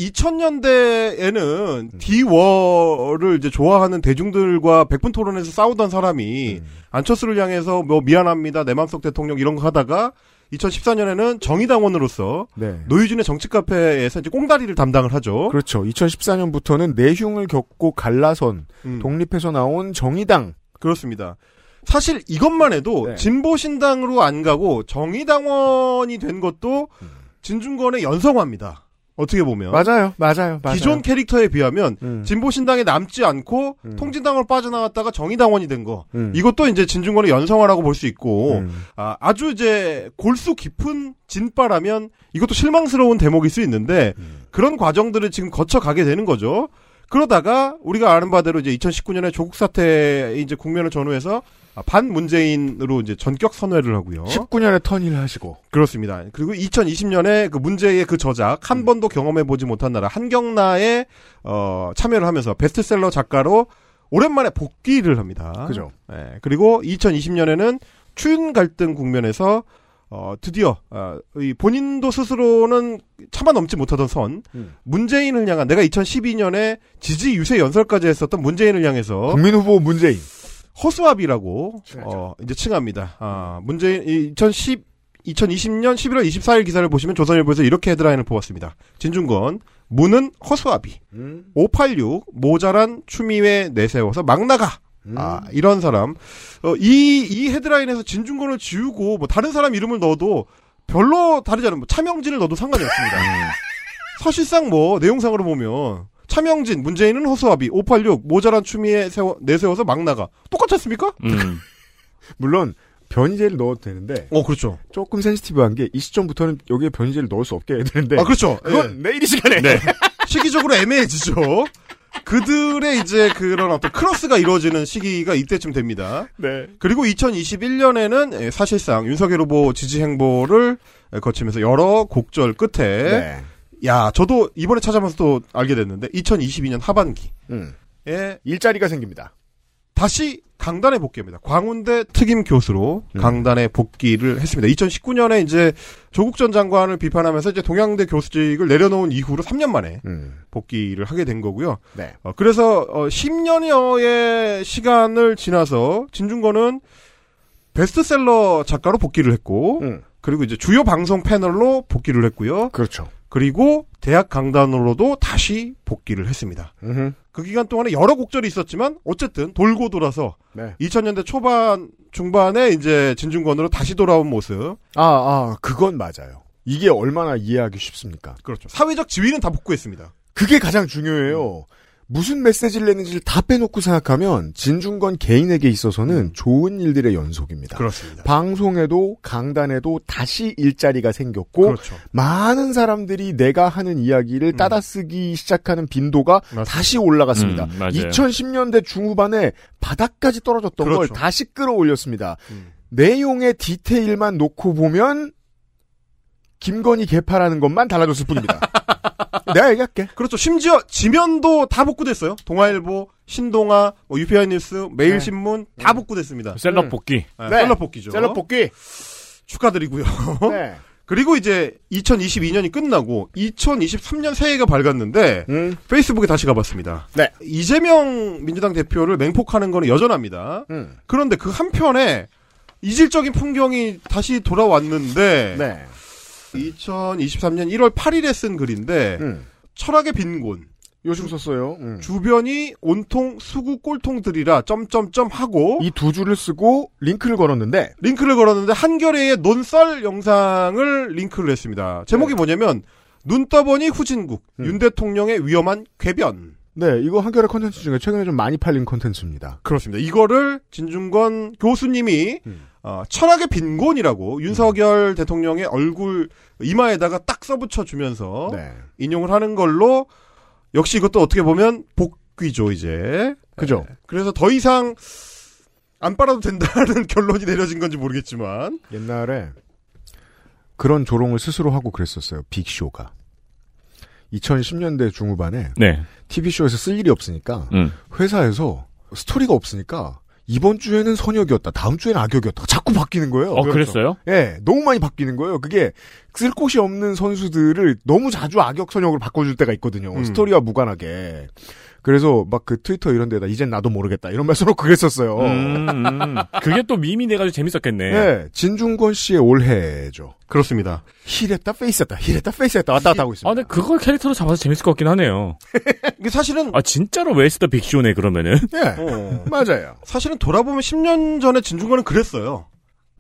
I: 2000년대에는
D: 음.
I: 디워를 이제 좋아하는 대중들과 백분
D: 음.
I: 토론에서 싸우던 사람이 안철수를 향해서 뭐 미안합니다 내 맘속 대통령 이런 거 하다가 2014년에는 정의당원으로서
C: 네.
I: 노유진의 정치 카페에서 이제 꽁다리를 담당을 하죠.
C: 그렇죠. 2014년부터는 내흉을 겪고 갈라선
D: 음.
C: 독립해서 나온 정의당
I: 그렇습니다. 사실 이것만 해도
C: 네.
I: 진보신당으로 안 가고 정의당원이 된 것도 진중권의 연성화입니다. 어떻게 보면
C: 맞아요, 맞아요, 맞아요.
I: 기존 캐릭터에 비하면
C: 음.
I: 진보신당에 남지 않고 통진당으로 빠져나왔다가 정의당원이 된 거.
C: 음.
I: 이것도 이제 진중권의 연성화라고 볼 수 있고
C: 음.
I: 아, 주 이제 골수 깊은 진빠라면 이것도 실망스러운 대목일 수 있는데 그런 과정들을 지금 거쳐 가게 되는 거죠. 그러다가 우리가 아는 바대로 이제 2019년에 조국 사태 이제 국면을 전후해서 아, 반 문재인으로 이제 전격 선회를 하고요.
C: 어? 19년에 턴일 하시고
I: 그렇습니다. 그리고 2020년에 그 문제의 그 저작
C: 음.
I: 한 번도 경험해 보지 못한 나라 한경나에 어, 참여를 하면서 베스트셀러 작가로 오랜만에 복귀를 합니다.
C: 그죠.
I: 예, 그리고 2020년에는 추윤 갈등 국면에서 어, 드디어 어, 이 본인도 스스로는 차마 넘지 못하던 선
C: 음.
I: 문재인을 향한 내가 2012년에 지지 유세 연설까지 했었던 문재인을 향해서
C: 국민 후보 문재인
I: 허수아비라고 어, 이제 칭합니다. 아, 문재인 이- 2010 2020년 11월 24일 기사를 보시면 조선일보에서 이렇게 헤드라인을 보았습니다. 진중권 문은 허수아비
C: 음?
I: 586 모자란 추미애 내세워서 막 나가
C: 음?
I: 아 이런 사람 어, 이, 이 헤드라인에서 진중권을 지우고 뭐 다른 사람 이름을 넣어도 별로 다르지 않은 뭐 차명진을 넣어도 상관이 없습니다. 사실상 뭐 내용상으로 보면 차명진, 문재인은 허수아비, 586 모자란 추미애 세워, 내세워서 막 나가 똑같지 않습니까?
D: 음.
C: 물론 변이제를 넣어도 되는데
I: 어 그렇죠.
C: 조금 센시티브한 게 이 시점부터는 여기에 변이제를 넣을 수 없게 해야 되는데 네.
I: 아 그렇죠.
C: 그건
I: 예.
C: 내일 이 시간에
I: 시기적으로 애매해지죠. 그들의 이제 그런 어떤 크로스가 이루어지는 시기가 이때쯤 됩니다.
C: 네.
I: 그리고 2021년에는 예, 사실상 윤석열 후보 지지 행보를 예, 거치면서 여러 곡절 끝에
C: 네.
I: 야 저도 이번에 찾아보면서 또 알게 됐는데 2022년 하반기에
C: 음. 일자리가 생깁니다.
I: 다시 강단에 복귀합니다. 광운대 특임 교수로 강단에 복귀를 했습니다. 2019년에 이제 조국 전 장관을 비판하면서 이제 동양대 교수직을 내려놓은 이후로 3년 만에
C: 음.
I: 복귀를 하게 된 거고요.
C: 네.
I: 어, 그래서 어, 10년여의 시간을 지나서 진중권은 베스트셀러 작가로 복귀를 했고
C: 음.
I: 그리고 이제 주요 방송 패널로 복귀를 했고요.
C: 그렇죠.
I: 그리고 대학 강단으로도 다시 복귀를 했습니다.
C: 음흠.
I: 그 기간 동안에 여러 곡절이 있었지만 어쨌든 돌고 돌아서
C: 네.
I: 2000년대 초반 중반에 이제 진중권으로 다시 돌아온 모습.
C: 아, 아, 그건 맞아요. 이게 얼마나 이해하기 쉽습니까?
I: 그렇죠. 사회적 지위는 다 복구했습니다.
C: 그게 가장 중요해요. 무슨 메시지를 냈는지를 다 빼놓고 생각하면 진중권 개인에게 있어서는 좋은 일들의
I: 음.
C: 연속입니다.
I: 그렇습니다.
C: 방송에도 강단에도 다시 일자리가 생겼고
I: 그렇죠. 음.
C: 많은 사람들이 내가 하는 이야기를 따다쓰기 시작하는 빈도가 다시 올라갔습니다.
D: 음, 맞아요.
C: 2010년대 중후반에 바닥까지 떨어졌던 걸
I: 그렇죠. 음.
C: 다시 끌어올렸습니다. 내용의 디테일만 놓고 보면 김건희 개파라는 것만 달라졌을 뿐입니다. 내가 얘기할게.
I: 그렇죠. 심지어 지면도 다 복구됐어요. 동아일보, 신동아, 뭐 UPI 뉴스, 매일신문 다 복구됐습니다.
D: 셀럽 복귀.
I: 네,
C: 네.
I: 셀럽 복귀죠.
C: 셀럽 복귀.
I: 축하드리고요.
D: 어?
C: 네.
I: 그리고 이제 2022년이 끝나고 2023년 새해가 밝았는데
C: 음.
I: 페이스북에 다시 가봤습니다.
C: 네.
I: 이재명 민주당 대표를 맹폭하는 거는 여전합니다.
C: 음.
I: 그런데 그 한편에 이질적인 풍경이 다시 돌아왔는데
C: 네.
I: 2023년 1월 8일에 쓴 글인데
C: 음.
I: 철학의 빈곤
C: 요즘 썼어요. 음.
I: 주변이 온통 수구 꼴통들이라 점점점 하고
C: 이두 줄을 쓰고 링크를 걸었는데
I: 링크를 걸었는데 한겨레의 논썰 영상을 링크를 했습니다. 제목이 뭐냐면 눈 떠보니 후진국 윤 대통령의 위험한 궤변
C: 네, 이거 한겨레 컨텐츠 중에 최근에 좀 많이 팔린 컨텐츠입니다.
I: 그렇습니다. 이거를 진중권 교수님이
C: 음.
I: 어, 철학의 빈곤이라고 윤석열 대통령의 얼굴 이마에다가 딱 써붙여
D: 어?
I: 주면서
C: 네.
I: 인용을 하는 걸로 역시 이것도 어떻게 보면 복귀죠 이제
C: 그죠?
I: 그래서 더 이상 안 빨아도 된다는 결론이 내려진 건지 모르겠지만
D: 네.
C: 옛날에 그런 조롱을 스스로 하고 그랬었어요. 빅쇼가. 2010년대 중후반에
D: 네.
C: TV쇼에서 쓸 일이 없으니까
D: 음.
C: 회사에서 스토리가 없으니까 이번 주에는 선역이었다. 다음 주에는 악역이었다. 자꾸 바뀌는 거예요.
D: 어, 그랬어요?
C: 예, 너무 많이 바뀌는 거예요. 그게 쓸 곳이 없는 선수들을 너무 자주 악역 선역으로 바꿔줄 때가 있거든요.
I: 음.
C: 스토리와 무관하게. 그래서 막 그 트위터 이런 데다 이젠 나도 모르겠다 이런 말 써놓고 그랬었어요.
D: 음, 음. 그게 또 밈이 돼가지고 재밌었겠네.
C: 네, 진중권 씨의 올해죠.
I: 그렇습니다. 네,
C: 힐했다 페이스했다 힐했다 페이스했다 왔다 갔다 하고 있습니다.
D: 아, 근데 그걸 캐릭터로 잡아서 재밌을 것 같긴 하네요.
I: 이게 사실은
D: 아, 진짜로 웨스터 빅쇼네, 그러면은.
C: 예,
I: 어,
C: 맞아요.
I: 사실은 돌아보면 10년 전에 진중권은 그랬어요.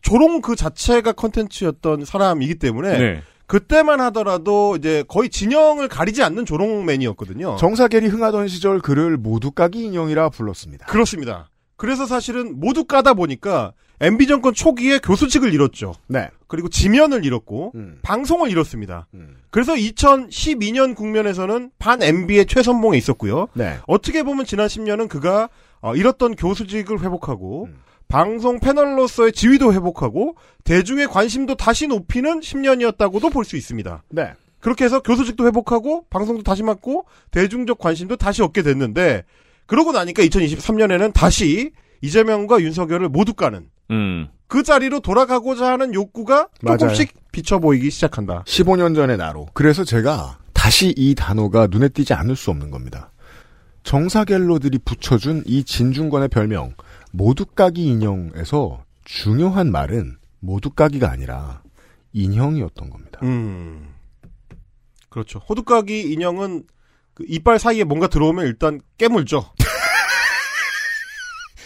I: 조롱 그 자체가 컨텐츠였던 사람이기 때문에
D: 네.
I: 그때만 하더라도 이제 거의 진영을 가리지 않는 조롱맨이었거든요.
C: 정사겔이 흥하던 시절 그를 모두 까기 인형이라 불렀습니다.
I: 그렇습니다. 그래서 사실은 모두 까다 보니까 MB 정권 초기에 교수직을 잃었죠.
C: 네.
I: 그리고 지면을 잃었고
C: 음.
I: 방송을 잃었습니다.
C: 음.
I: 그래서 2012년 국면에서는 반 MB의 최선봉에 있었고요.
C: 네.
I: 어떻게 보면 지난 10년은 그가 어, 잃었던 교수직을 회복하고
C: 음.
I: 방송 패널로서의 지위도 회복하고 대중의 관심도 다시 높이는 10년이었다고도 볼 수 있습니다.
C: 네.
I: 그렇게 해서 교수직도 회복하고 방송도 다시 맡고 대중적 관심도 다시 얻게 됐는데 그러고 나니까 2023년에는 다시 이재명과 윤석열을 모두 까는
D: 음.
I: 그 자리로 돌아가고자 하는 욕구가
C: 맞아요.
I: 조금씩 비쳐 보이기 시작한다.
C: 15년 전의 나로. 그래서 제가 다시 이 단어가 눈에 띄지 않을 수 없는 겁니다. 정사겔로들이 붙여준 이 진중권의 별명 모두 까기 인형에서 중요한 말은 모두 까기가 아니라 인형이었던 겁니다.
I: 음. 그렇죠. 호두까기 인형은 그 이빨 사이에 뭔가 들어오면 일단 깨물죠.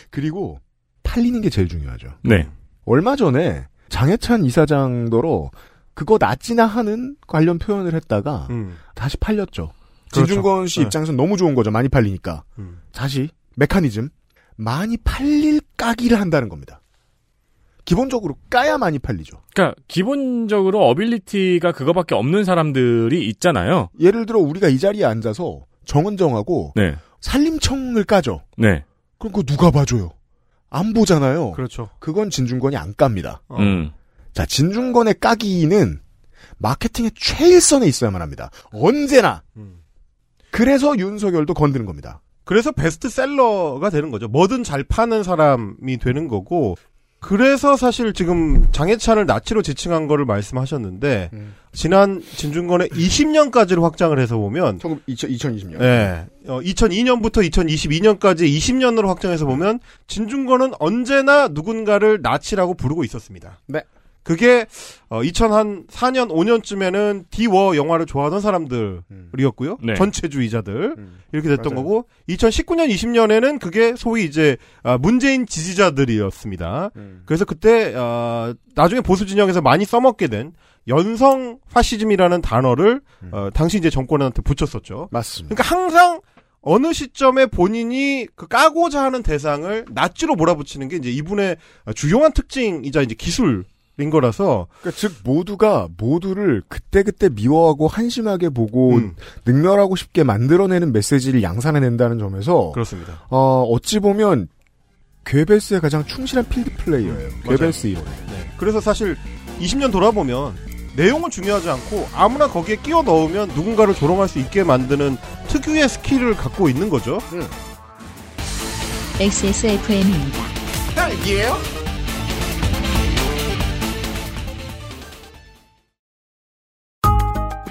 C: 그리고 팔리는 게 제일 중요하죠.
D: 네.
C: 얼마 전에 장해찬 이사장더러 그거 낫지나 하는 관련 표현을 했다가
I: 음.
C: 다시 팔렸죠.
I: 그렇죠.
C: 진중권 씨
I: 네.
C: 입장에서는 너무 좋은 거죠. 많이 팔리니까.
I: 음.
C: 다시 메커니즘 많이 팔릴 까기를 한다는 겁니다. 기본적으로 까야 많이 팔리죠.
D: 그러니까 기본적으로 어빌리티가 그거밖에 없는 사람들이 있잖아요.
C: 예를 들어 우리가 이 자리에 앉아서 정은정하고
D: 네.
C: 살림청을 까죠.
D: 네.
C: 그럼 그거 누가 봐줘요? 안 보잖아요.
I: 그렇죠.
C: 그건 진중권이 안 깝니다.
I: 어.
D: 음.
C: 자, 진중권의 까기는 마케팅의 최일선에 있어야만 합니다. 언제나.
I: 음.
C: 그래서 윤석열도 건드는 겁니다.
I: 그래서 베스트셀러가 되는 거죠. 뭐든 잘 파는 사람이 되는 거고. 그래서 사실 지금 장해찬을 나치로 지칭한 거를 말씀하셨는데
C: 음.
I: 지난 진중권의 20년까지를 확장을 해서 보면
C: 2020년.
I: 예. 어, 2002년부터 2022년까지 20년으로 확정해서 보면 진중권은 언제나 누군가를 나치라고 부르고 있었습니다.
C: 네.
I: 그게 어, 2004년 5년쯤에는 디워 영화를 좋아하던 사람들이었고요.
D: 네.
I: 전체주의자들
C: 음.
I: 이렇게 됐던
C: 맞아요.
I: 거고 2019년 20년에는 그게 소위 이제 아, 문재인 지지자들이었습니다.
C: 음.
I: 그래서 그때 어, 나중에 보수 진영에서 많이 써먹게 된 연성 파시즘이라는 단어를
C: 음.
I: 어, 당시 이제 정권한테 붙였었죠.
C: 맞습니다.
I: 그러니까 항상 어느 시점에 본인이 그 까고자 하는 대상을 낫지로 몰아붙이는 게 이제 이분의 주요한 특징이자 이제 기술인 거라서
C: 그러니까 즉 모두가 모두를 그때그때 미워하고 한심하게 보고
I: 음,
C: 능멸하고 싶게 만들어내는 메시지를 양산해낸다는 점에서
I: 그렇습니다.
C: 어, 어찌 보면 괴벨스의 가장 충실한 필드 플레이어예요. 괴벨스 이론.
I: 그래서 사실 20년 돌아보면 내용은 중요하지 않고 아무나 거기에 끼워 넣으면 누군가를 조롱할 수 있게 만드는 특유의 스킬을 갖고 있는 거죠.
A: XSFM입니다.
H: 헬기예요?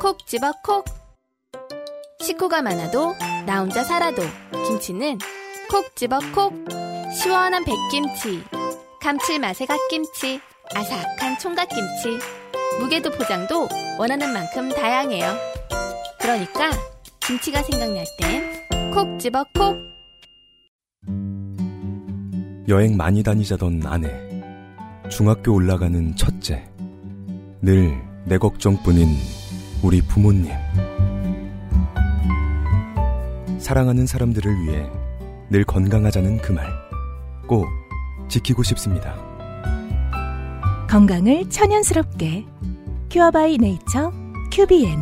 B: 콕 집어 콕. 식구가 많아도 나 혼자 살아도 김치는 콕 집어 콕. 시원한 백김치, 감칠맛의 갓김치, 아삭한 총각김치. 무게도 포장도 원하는 만큼 다양해요. 그러니까 김치가 생각날 땐 콕 집어 콕.
K: 여행 많이 다니자던 아내, 중학교 올라가는 첫째, 늘 내 걱정뿐인 우리 부모님. 사랑하는 사람들을 위해 늘 건강하자는 그 말, 꼭 지키고 싶습니다.
F: 건강을 천연스럽게 큐어바이 네이처 큐비엔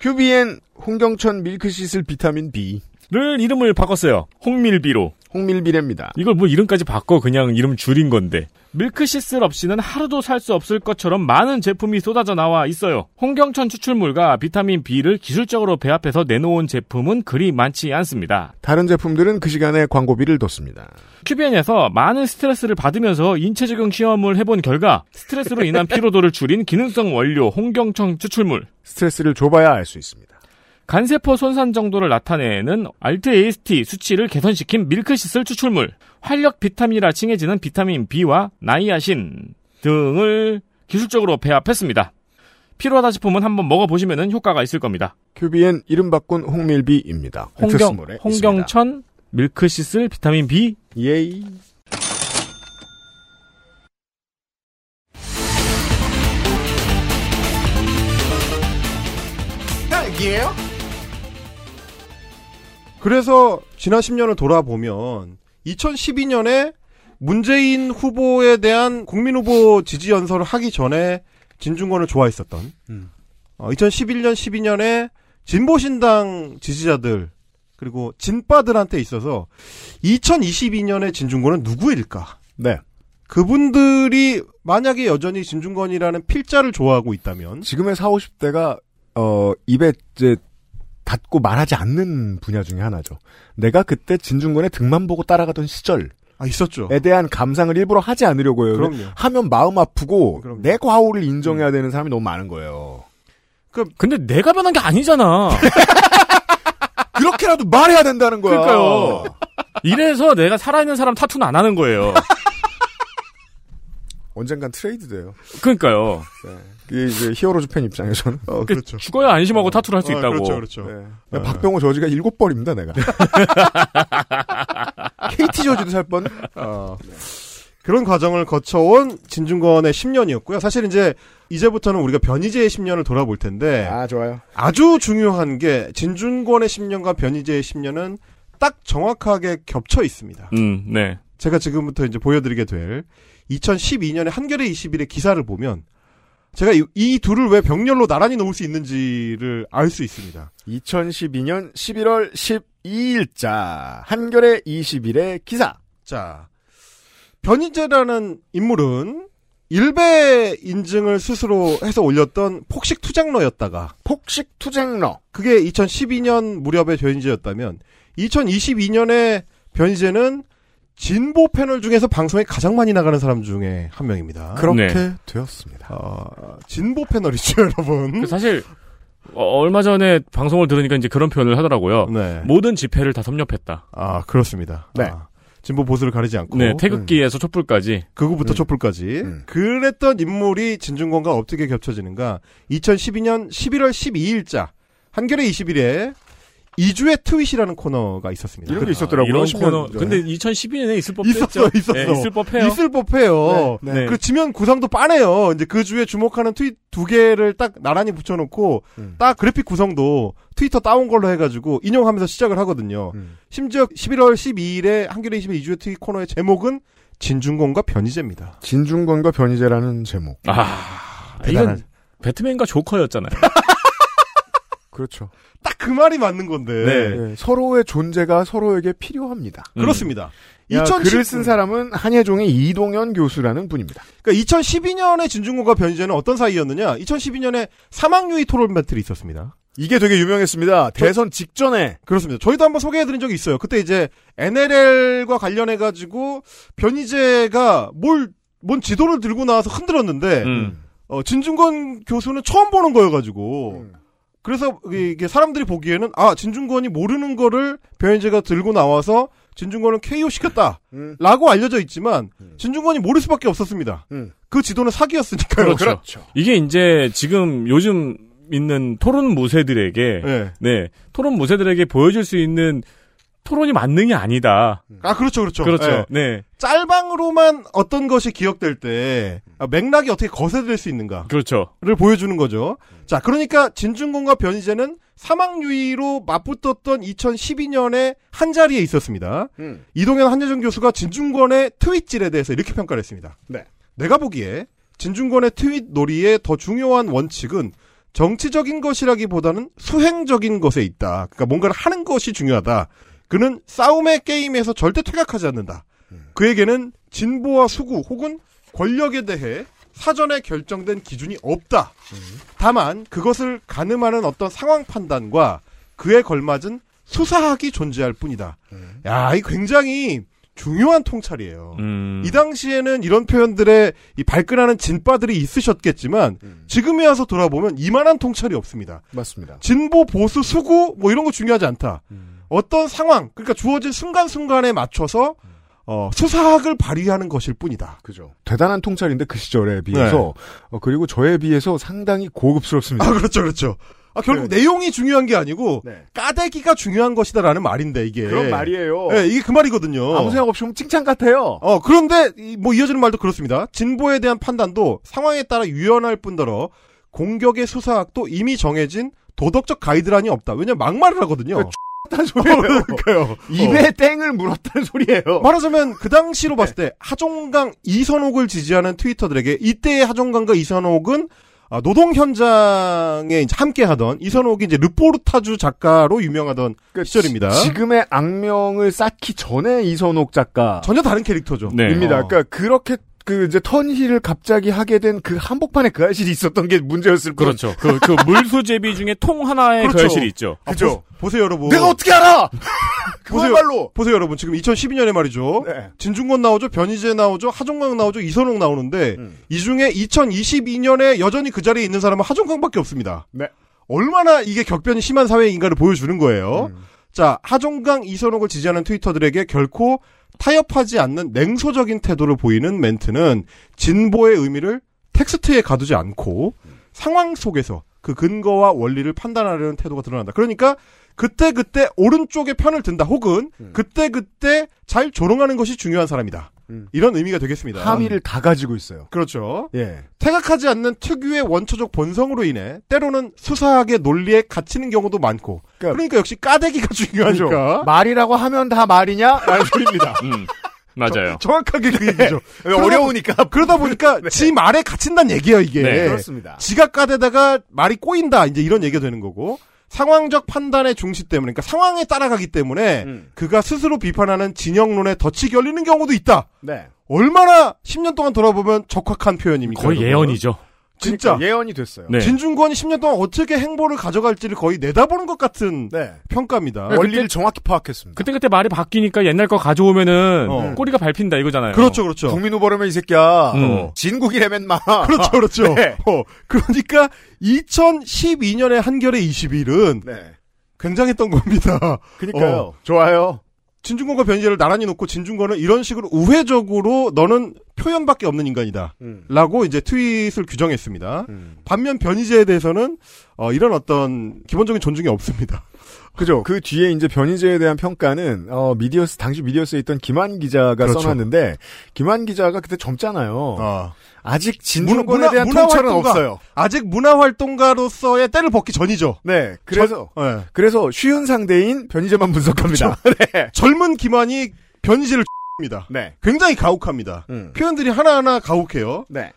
C: 큐비엔 홍경천 밀크시슬 비타민 B를
D: 이름을 바꿨어요. 홍밀비로.
C: 홍밀비례입니다.
D: 이걸 뭐 이름까지 바꿔 그냥 이름 줄인 건데. 밀크시슬 없이는 하루도 살 수 없을 것처럼 많은 제품이 쏟아져 나와 있어요. 홍경천 추출물과 비타민 B를 기술적으로 배합해서 내놓은 제품은 그리 많지 않습니다.
C: 다른 제품들은 그 시간에 광고비를 뒀습니다.
D: 큐비엔에서 많은 스트레스를 받으면서 인체 적용 시험을 해본 결과 스트레스로 인한 피로도를 줄인 기능성 원료 홍경천 추출물.
C: 스트레스를 줘봐야 알 수 있습니다.
D: 간세포 손상 정도를 나타내는 알트 AST 수치를 개선시킨 밀크시슬 추출물, 활력 비타민이라 칭해지는 비타민 B와 나이아신 등을 기술적으로 배합했습니다. 필요하다 싶으면 한번 먹어보시면 효과가 있을 겁니다.
C: 큐비엔 이름 바꾼 홍밀비입니다.
D: 홍경, 홍경천 밀크시슬 비타민 B
C: 예이
H: 딸기예요?
I: 그래서 지난 10년을 돌아보면 2012년에 문재인 후보에 대한 국민 후보 지지 연설을 하기 전에 진중권을 좋아했었던
C: 음.
I: 어, 2011년 12년에 진보신당 지지자들 그리고 진빠들한테 있어서 2022년에 진중권은 누구일까?
C: 네.
I: 그분들이 만약에 여전히 진중권이라는 필자를 좋아하고 있다면
C: 지금의 40, 50대가 어, 입에 이제 닫고 말하지 않는 분야 중에 하나죠. 내가 그때 진중권의 등만 보고 따라가던 시절.
I: 아, 있었죠.
C: 에 대한 감상을 일부러 하지 않으려고 해요.
I: 그럼요.
C: 하면 마음 아프고 내 과오를 인정해야
D: 음.
C: 되는 사람이 너무 많은 거예요.
I: 그
D: 근데 내가 변한 게 아니잖아.
C: 그렇게라도 말해야 된다는 거야.
D: 그러니까요. 이래서 내가 살아있는 사람 타투는 안 하는 거예요.
C: 언젠간 트레이드 돼요.
D: 그러니까요.
C: 이게 이제 히어로즈 팬 입장에서는.
I: 그렇죠. 네.
D: 죽어야 안심하고 타투를 할 수
C: 어,
D: 있다고.
C: 그렇죠, 그렇죠. 야,
D: 네.
C: 박병호 저지가 일곱 벌입니다, 내가. KT 저지도 살 뻔.
I: 어. 그런 과정을 거쳐온 진중권의 10년이었고요. 사실 이제 이제부터는 우리가 변희재의 10년을 돌아볼
D: 네.
I: 텐데
C: 아 좋아요.
I: 아주 중요한 게 진중권의 10년과 변희재의 10년은 딱 정확하게 겹쳐 있습니다.
D: 음, 네.
I: 제가 지금부터 이제 보여드리게 될 2012년에 한겨레 21의 기사를 보면 제가 이, 이 둘을 왜 병렬로 나란히 놓을 수 있는지를 알 수 있습니다.
C: 2012년 11월 12일자 한겨레 20일의 기사.
I: 자, 변희재라는 인물은 일베 인증을 스스로 해서 올렸던 폭식 투쟁러였다가
C: 폭식 투쟁러
I: 그게 2012년 무렵의 변희재였다면 2022년에 변희재는 진보 패널 중에서 방송에 가장 많이 나가는 사람 중에 한 명입니다.
D: 네.
C: 그렇게 네, 되었습니다.
I: 어, 진보 패널이죠, 여러분.
D: 그 사실 어, 얼마 전에 방송을 들으니까 이제 그런 표현을 하더라고요.
I: 네.
D: 모든 집회를 다 섭렵했다.
I: 아 그렇습니다. 네. 진보 보수를 가리지 않고
D: 네, 태극기에서 촛불까지.
I: 그거부터
C: 네.
D: 음.
I: 촛불까지. 그랬던 인물이 진중권과 어떻게 겹쳐지는가. 2012년 11월 12일자 한겨레 21일에 이주의 트윗이라는 코너가 있었습니다.
C: 아, 이런 게 있었더라고요.
D: 이런
I: 10년
D: 코너.
I: 전에.
D: 근데 2012년에 있을 법했죠.
I: 네.
D: 네,
I: 있었어, 네, 있었어.
D: 있을 법해요.
I: 있을 법해요.
D: 네, 네.
I: 그 지면 구상도 빠네요. 이제 그 주에 주목하는 트윗 두 개를 딱 나란히 붙여놓고
C: 음.
I: 딱 그래픽 구성도 트위터 따온 걸로 해가지고 인용하면서 시작을 하거든요.
C: 음.
I: 심지어 11월 12일에 한겨레 21 이주의 트윗 코너의 제목은 진중권과 변희재입니다.
C: 진중권과 변희재라는 제목.
D: 아,
I: 대단한-
D: 이건 배트맨과 조커였잖아요.
C: 그렇죠.
I: 딱 그 말이 맞는 건데.
C: 네, 서로의 존재가 서로에게 필요합니다.
D: 음.
I: 그렇습니다.
C: 야,
I: 2010
C: 글을 쓴 사람은 한예종의 이동현 교수라는 분입니다.
I: 그러니까 2012년에 진중권과 변희재는 어떤 사이였느냐? 2012년에 사망유의 토론 배틀이 있었습니다.
C: 이게 되게 유명했습니다. 대선 직전에
I: 그렇습니다. 저희도 한번 소개해드린 적이 있어요. 그때 이제 NLL과 관련해가지고 변희재가 뭘, 뭔 지도를 들고 나와서
D: 음.
I: 흔들었는데, 어, 진중권 교수는 처음 보는 거여가지고,
C: 음.
I: 그래서 이게 사람들이 보기에는, 아, 진중권이 모르는 거를 변희재가 들고 나와서 진중권을 KO 시켰다.
C: 음.
I: 라고 알려져 있지만,
D: 음.
I: 진중권이 모를 수밖에 없었습니다.
C: 음.
I: 그 지도는 사기였으니까요.
D: 그렇죠. 이게 이제 지금 요즘 있는 토론 무새들에게
I: 네.
D: 토론 무새들에게 보여줄 수 있는 토론이 만능이 아니다.
I: 아, 그렇죠, 그렇죠. 예.
D: 네.
I: 짤방으로만 어떤 것이 기억될 때 아, 맥락이 어떻게 거세될 수 있는가를
D: 그렇죠.
I: 보여주는 거죠. 자, 그러니까 진중권과 변희재는 사망유의로 맞붙었던 2012년에 한 자리에 있었습니다.
C: 음.
I: 이동현 한여정 교수가 진중권의 트윗질에 대해서 이렇게 평가를 했습니다.
C: 네.
I: 내가 보기에 진중권의 트윗 놀이의 더 중요한 원칙은 정치적인 것이라기보다는 수행적인 것에 있다. 그러니까 뭔가를 하는 것이 중요하다. 그는 싸움의 게임에서 절대 퇴각하지 않는다. 그에게는 진보와 수구 혹은 권력에 대해 사전에 결정된 기준이 없다. 다만 그것을 가늠하는 어떤 상황 판단과 그에 걸맞은 수사학이 존재할 뿐이다. 야, 이 굉장히 중요한 통찰이에요.
D: 음.
C: 음.
I: 이 당시에는 이런 표현들에 이 발끈하는 진빠들이 있으셨겠지만
C: 음.
I: 지금에 와서 돌아보면 이만한 통찰이 없습니다.
C: 맞습니다.
I: 진보 보수 수구 뭐 이런 거 중요하지 않다.
C: 음.
I: 어떤 상황 그러니까 주어진 순간순간에 맞춰서 어, 수사학을 발휘하는 것일 뿐이다.
C: 그죠. 대단한 통찰인데 그 시절에 비해서 어, 그리고 저에 비해서 상당히 고급스럽습니다.
I: 아 그렇죠, 그렇죠. 아, 결국
C: 네.
I: 내용이 중요한 게 아니고 까대기가 중요한 것이다라는 말인데 이게
C: 그런 말이에요.
I: 예, 이게 그 말이거든요.
C: 아무 생각 없이 보면 칭찬 같아요.
I: 어 그런데 이- 뭐 이어지는 말도 그렇습니다. 진보에 대한 판단도 상황에 따라 유연할 뿐더러 공격의 수사학도 이미 정해진 도덕적 가이드라인이 없다. 왜냐 면 막말을 하거든요. 그러니까요.
C: 입에
I: 땡을 물었다는 소리예요. 말하자면 그 당시로 봤을 때 하종강 이선옥을 지지하는 트위터들에게 이때의 하종강과 이선옥은 아, 노동 현장에 이제 함께하던 이선옥이 이제 르포르타주 작가로 유명하던 시절입니다.
C: 그러니까 지금의 악명을 쌓기 전에 이선옥 작가
I: 전혀 다른 캐릭터죠.
C: 네. 입니다.
I: 어.
C: 그러니까 그렇게 그 이제 턴힐을 갑자기 하게 된 그 한복판에 그 아실이 있었던 게 문제였을 뿐.
D: 그렇죠. 그, 그 물소제비 중에 통 하나에 그
C: 그렇죠.
D: 현실이 있죠.
I: 아, 보- 보세요 여러분.
C: 내가 어떻게 알아?
I: 보세요,
C: 그거야말로! 네.
I: 보세요 여러분 지금 2012년에
H: 어?
I: 말이죠. 진중권 나오죠, 변희재 나오죠, 하종강 나오죠, 이선옥 나오는데 이 중에 2022년에 여전히 그 자리에 있는 사람은 하종강밖에 없습니다.
C: 네.
I: 얼마나 이게 격변이 심한 사회인가를 보여주는 거예요. 자, 하종강, 이선옥을 지지하는 트위터들에게 결코 타협하지 않는 냉소적인 태도를 보이는 멘트는 진보의 의미를 텍스트에 가두지 않고 상황 속에서 그 근거와 원리를 판단하려는 태도가 드러난다. 그러니까 그때 그때 오른쪽의 편을 든다 혹은 그때 그때 잘 조롱하는 것이 중요한 사람이다. 이런 의미가 되겠습니다.
C: 함의를 다 가지고 있어요.
I: 그렇죠.
C: 예.
I: 태각하지 않는 특유의 원초적 본성으로 인해 때로는 수사학의 논리에 갇히는 경우도 많고 그러니까, 역시 까대기가 중요하니까
C: 그렇죠. 말이라고 하면 다 말이냐? 라는 소리입니다.
D: 음. 맞아요.
I: 정확하게 그 얘기죠. 네. 그러다-
C: 어려우니까.
I: 그러다 보니까 지 말에 갇힌다는 얘기예요 이게.
C: 네, 그렇습니다.
I: 지가 까대다가 말이 꼬인다 이제 이런 얘기가 되는 거고 상황적 판단의 중시 때문에 그러니까 상황에 따라가기 때문에
C: 음.
I: 그가 스스로 비판하는 진영론에 덫이 결리는 경우도 있다.
C: 네.
I: 얼마나 10년 동안 돌아보면 적확한 표현입니까?
D: 거의
I: 여러분?
D: 예언이죠.
I: 진짜
C: 그러니까 예언이 됐어요.
D: 뭐 네.
I: 진중권이 10년 동안 어떻게 행보를 가져갈지를 거의 내다보는 것 같은
C: 네.
I: 평가입니다.
C: 원리를 정확히 파악했습니다.
D: 그때그때 말이 바뀌니까 옛날 거 가져오면은
I: 어.
D: 꼬리가 밟힌다 이거잖아요.
I: 그렇죠, 그렇죠.
C: 국민 후보라면 이 새끼야.
D: 음.
C: 어. 진국이라면 막.
I: 그렇죠, 그렇죠.
C: 네.
I: 어, 그러니까 2012년의 한결의 20일은
C: 네.
I: 굉장했던 겁니다.
C: 그러니까요.
I: 어.
C: 좋아요.
I: 진중권과 변희재를 나란히 놓고 그 진중권은 이런 식으로 우회적으로 너는 표현밖에 없는 인간이다.
C: 음.
I: 라고 이제 트윗을 규정했습니다. 반면 변희재에 대해서는 어, 이런 어떤 기본적인 존중이 없습니다.
C: 그죠. 그 뒤에 이제 변희재에 대한 평가는 어, 미디어스 당시 미디어스에 있던 김한 기자가
I: 그렇죠.
C: 써놨는데 김한 기자가 그때
I: 어.
C: 젊잖아요. 아직
I: 문-
C: 진중권에
I: 문화-
C: 대한
I: 문화
C: 통찰은
I: 활동가.
C: 없어요.
I: 아직 문화활동가로서의 때를 벗기 전이죠.
C: 네, 그래서
I: 전- 네.
C: 그래서 쉬운 상대인 변희재만 분석합니다.
I: 그렇죠.
C: 네.
I: 젊은 김한이 변희재를 입니다.
C: 네. 음.
I: 굉장히 가혹합니다. 표현들이 하나하나 가혹해요.
C: 네.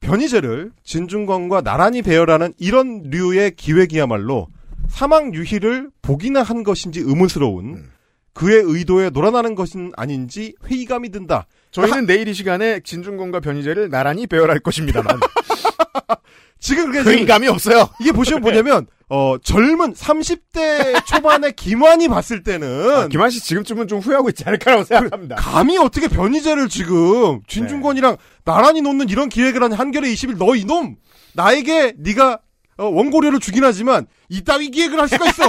I: 변희재를 진중권과 나란히 배열하는 이런 류의 기획이야말로 사망 유희를 복이나 한 것인지 의문스러운 그의 의도에 놀아나는 것은 아닌지 회의감이 든다.
C: 저희는 내일 이 시간에 진중권과 변희재를 나란히 배열할 것입니다만
I: 지금 그게 지금
C: 회의감이 없어요.
I: 이게 보시면 뭐냐면 어 젊은 30대 초반의 김환이 봤을 때는
C: 아, 김한 씨 지금쯤은 좀 후회하고 있지 않을까라고 생각합니다.
I: 감히 어떻게 변희재를 지금 진중권이랑 나란히 놓는 이런 기획을 한 한겨레 20일 너 이놈 나에게 네가 어, 원고료를 주긴 하지만 이따위 기획을 할 수가 있어.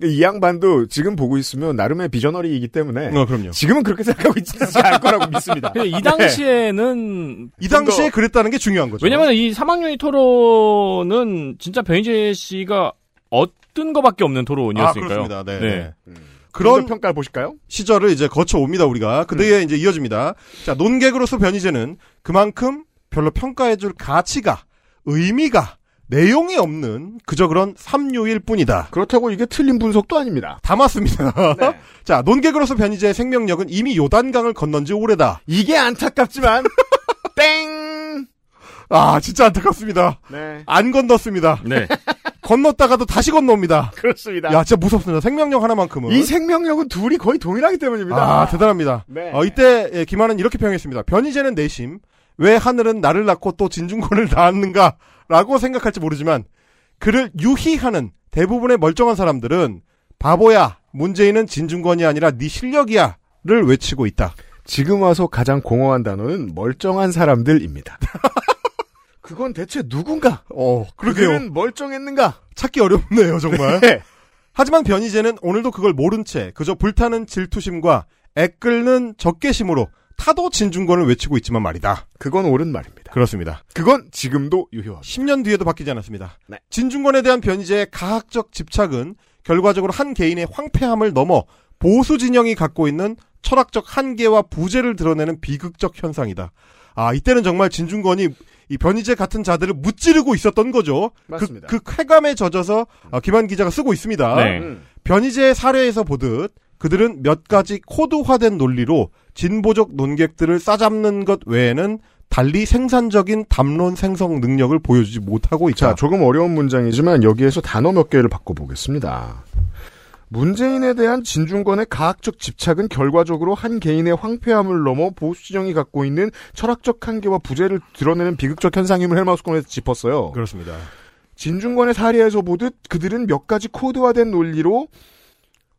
C: 그, 이 양반도 지금 보고 있으면 나름의 비저너리이기 때문에
I: 어, 그럼요.
C: 지금은 그렇게 생각하고 있지 않을 거라고 믿습니다. 네.
D: 근데 이 당시에는
I: 이
D: 좀 더-
I: 당시에 그랬다는 게 중요한 거죠.
D: 왜냐면 이 사망유의 토론은 진짜 변희재 씨가 얻은 거밖에 없는 토론이었으니까요.
I: 아, 그렇습니다. 네.
D: 네.
I: 그런
C: 그런 평가를 보실까요?
I: 시절을 이제 거쳐 옵니다 우리가 그때에 이제 이어집니다. 자 논객으로서 변희재는 그만큼 별로 평가해줄 가치가 의미가 내용이 없는 그저 그런 삼류일 뿐이다.
C: 그렇다고 이게 틀린 분석도 아닙니다.
I: 담았습니다. 자 논객으로서 변희재의 생명력은 이미 요단강을 건넌 지 오래다.
C: 이게 안타깝지만 땡
I: 아, 진짜 안타깝습니다.
L: 네.
I: 안 건넜습니다.
D: 네.
I: 건넜다가도 다시 건넙니다.
L: 그렇습니다.
I: 야, 진짜 무섭습니다. 생명력
C: 뭐.
I: 하나만큼은.
L: 이 생명력은 둘이 거의 동일하기 때문입니다.
I: 아, 대단합니다.
L: 네.
I: 어, 이때 예, 김하는 이렇게 평했습니다. 변희재는 내심 왜 하늘은 나를 낳고 또 진중권을 낳았는가라고 생각할지 모르지만 그를 유희하는 대부분의 멀쩡한 사람들은 바보야 문재인은 진중권이 아니라 네 실력이야를 외치고 있다.
C: 지금 와서 가장 공허한 단어는 멀쩡한 사람들입니다. 그건 대체 누군가?
I: 어,
C: 그들은 멀쩡했는가?
I: 찾기 어렵네요, 정말.
C: 네.
I: 하지만 변희재는 오늘도 그걸 모른 채 그저 불타는 질투심과 애끓는 적개심으로 타도 진중권을 외치고 있지만 말이다.
C: 그건 옳은 말입니다.
I: 그렇습니다.
C: 그건 지금도 유효합니다.
I: 10년 뒤에도 바뀌지 않았습니다.
C: 네.
I: 진중권에 대한 변희재의 가학적 집착은 결과적으로 한 개인의 황폐함을 넘어 보수 진영이 갖고 있는 철학적 한계와 부재를 드러내는 비극적 현상이다. 아 이때는 정말 진중권이 이 변희재 같은 자들을 무찌르고 있었던 거죠.
C: 맞습니다.
I: 그, 그 쾌감에 젖어서 아, 김한 기자가 쓰고 있습니다.
D: 네.
I: 음. 변희재의 사례에서 보듯 그들은 몇 가지 코드화된 논리로 진보적 논객들을 싸잡는 것 외에는 달리 생산적인 담론 생성 능력을 보여주지 못하고 있다.
C: 자, 조금 어려운 문장이지만 여기에서 단어 몇 개를 바꿔보겠습니다. 문재인에 대한 진중권의 가학적 집착은 결과적으로 한 개인의 황폐함을 넘어 보수 진영이 갖고 있는 철학적 한계와 부재를 드러내는 비극적 현상임을 헬마우스콘에서 짚었어요.
I: 그렇습니다.
C: 진중권의 사례에서 보듯 그들은 몇 가지 코드화된 논리로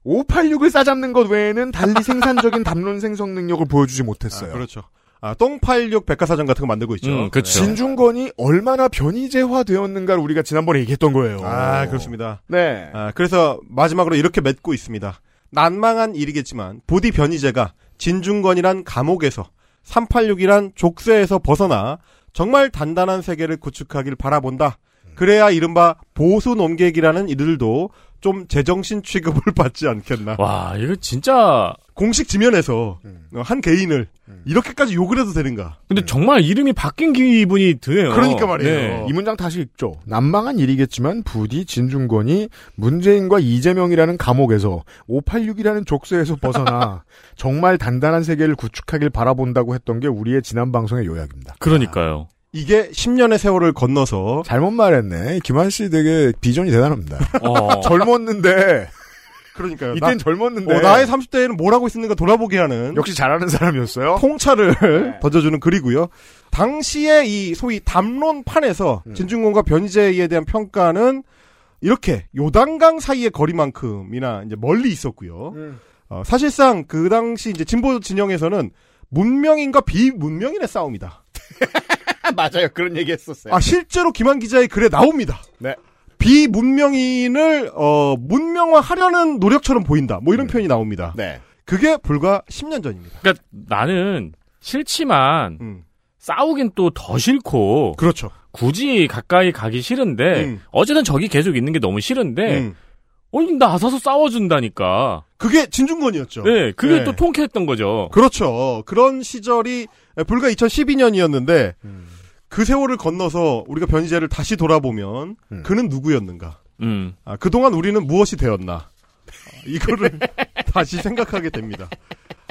C: 586을 싸잡는 것 외에는 달리 생산적인 담론 생성 능력을 보여주지 못했어요.
I: 그렇죠. 아, 똥86 백과사전 같은 거 만들고 있죠.
D: 음, 그렇죠.
C: 진중권이 얼마나 변이제화 되었는가를 우리가 지난번에 얘기했던 거예요.
I: 아, 그렇습니다.
C: 네.
I: 아, 그래서 마지막으로 이렇게 맺고 있습니다. 난망한 일이겠지만 부디 변희재가 진중권이란 감옥에서 386이란 족쇄에서 벗어나 정말 단단한 세계를 구축하길 바라본다. 그래야 이른바 보수 논객이라는 이들도 좀 제정신 취급을 받지 않겠나.
D: 와, 이거 진짜.
I: 공식 지면에서 어, 한 개인을 이렇게까지 욕을 해도 되는가.
D: 근데 정말 이름이 바뀐 기분이 드네요.
C: 그러니까 말이에요.
D: 네.
C: 이 문장 다시 읽죠. 난망한 일이겠지만 부디 진중권이 문재인과 이재명이라는 감옥에서 586이라는 족쇄에서 벗어나 정말 단단한 세계를 구축하길 바라본다고 했던 게 우리의 지난 방송의 요약입니다.
D: 그러니까요.
I: 이게 10년의 세월을 건너서
C: 잘못 말했네. 김한 씨 되게 비전이 대단합니다.
D: 어.
C: 젊었는데
I: 그러니까요. 나,
C: 이땐 젊었는데
I: 어, 나의 30대에는 뭘 하고 있었는가 돌아보게 하는
C: 역시 잘하는 사람이었어요.
I: 통찰을
C: 네.
I: 던져주는 글이고요. 당시에 이 소위 담론판에서
C: 음.
I: 진중권과 변희재에 대한 평가는 이렇게 요단강 사이의 거리만큼이나 이제 멀리 있었고요.
C: 음.
I: 어, 사실상 그 당시 이제 진보 진영에서는 문명인과 비문명인의 싸움이다.
L: 맞아요. 그런 얘기
C: 네.
L: 했었어요.
I: 아 실제로 김한 기자의 글에 나옵니다.
L: 네.
I: 비문명인을 어, 문명화하려는 노력처럼 보인다. 뭐 이런
C: 음.
I: 표현이 나옵니다.
L: 네.
I: 그게 불과 10년 전입니다.
D: 그러니까 나는 싫지만
I: 음.
D: 싸우긴 또 더 싫고
I: 그렇죠.
D: 굳이 가까이 가기 싫은데
I: 음.
D: 어쨌든 적이 계속 있는 게 너무 싫은데
I: 음.
D: 어이 나서서 싸워준다니까.
I: 그게 진중권이었죠.
D: 네, 그게
I: 네.
D: 또 통쾌했던 거죠.
I: 그렇죠. 그런 시절이 불과 2012년이었는데 그 세월을 건너서 우리가 변희재를 다시 돌아보면
C: 음.
I: 그는 누구였는가?
D: 음.
I: 아, 그동안 우리는 무엇이 되었나? 아, 이거를 다시 생각하게 됩니다.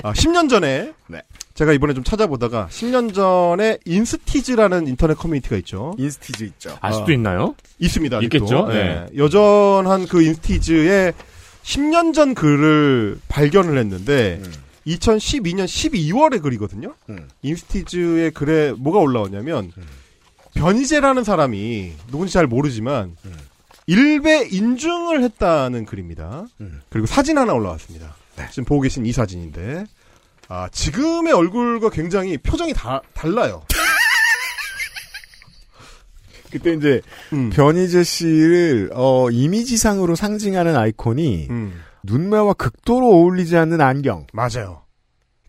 I: 아, 10년 전에
C: 네.
I: 제가 이번에 좀 찾아보다가 10년 전에 인스티즈라는 인터넷 커뮤니티가 있죠.
C: 인스티즈 있죠.
D: 아직도
I: 아.
D: 있나요?
I: 있습니다. 아직도.
D: 있겠죠? 네.
I: 예. 여전한 그 인스티즈의 10년 전 글을 발견을 했는데 2012년 12월의 글이거든요.
C: 음.
I: 인스티즈의 글에 뭐가 올라오냐면 변희재라는 사람이 누군지 잘 모르지만 일베 인증을 했다는 글입니다.
C: 음.
I: 그리고 사진 하나 올라왔습니다. 지금 보고 계신 이 사진인데 아 지금의 얼굴과 굉장히 표정이 다 달라요.
C: 그때 이제
I: 음.
C: 변희재 씨를 어, 이미지상으로 상징하는 아이콘이
I: 음.
C: 눈매와 극도로 어울리지 않는 안경.
I: 맞아요.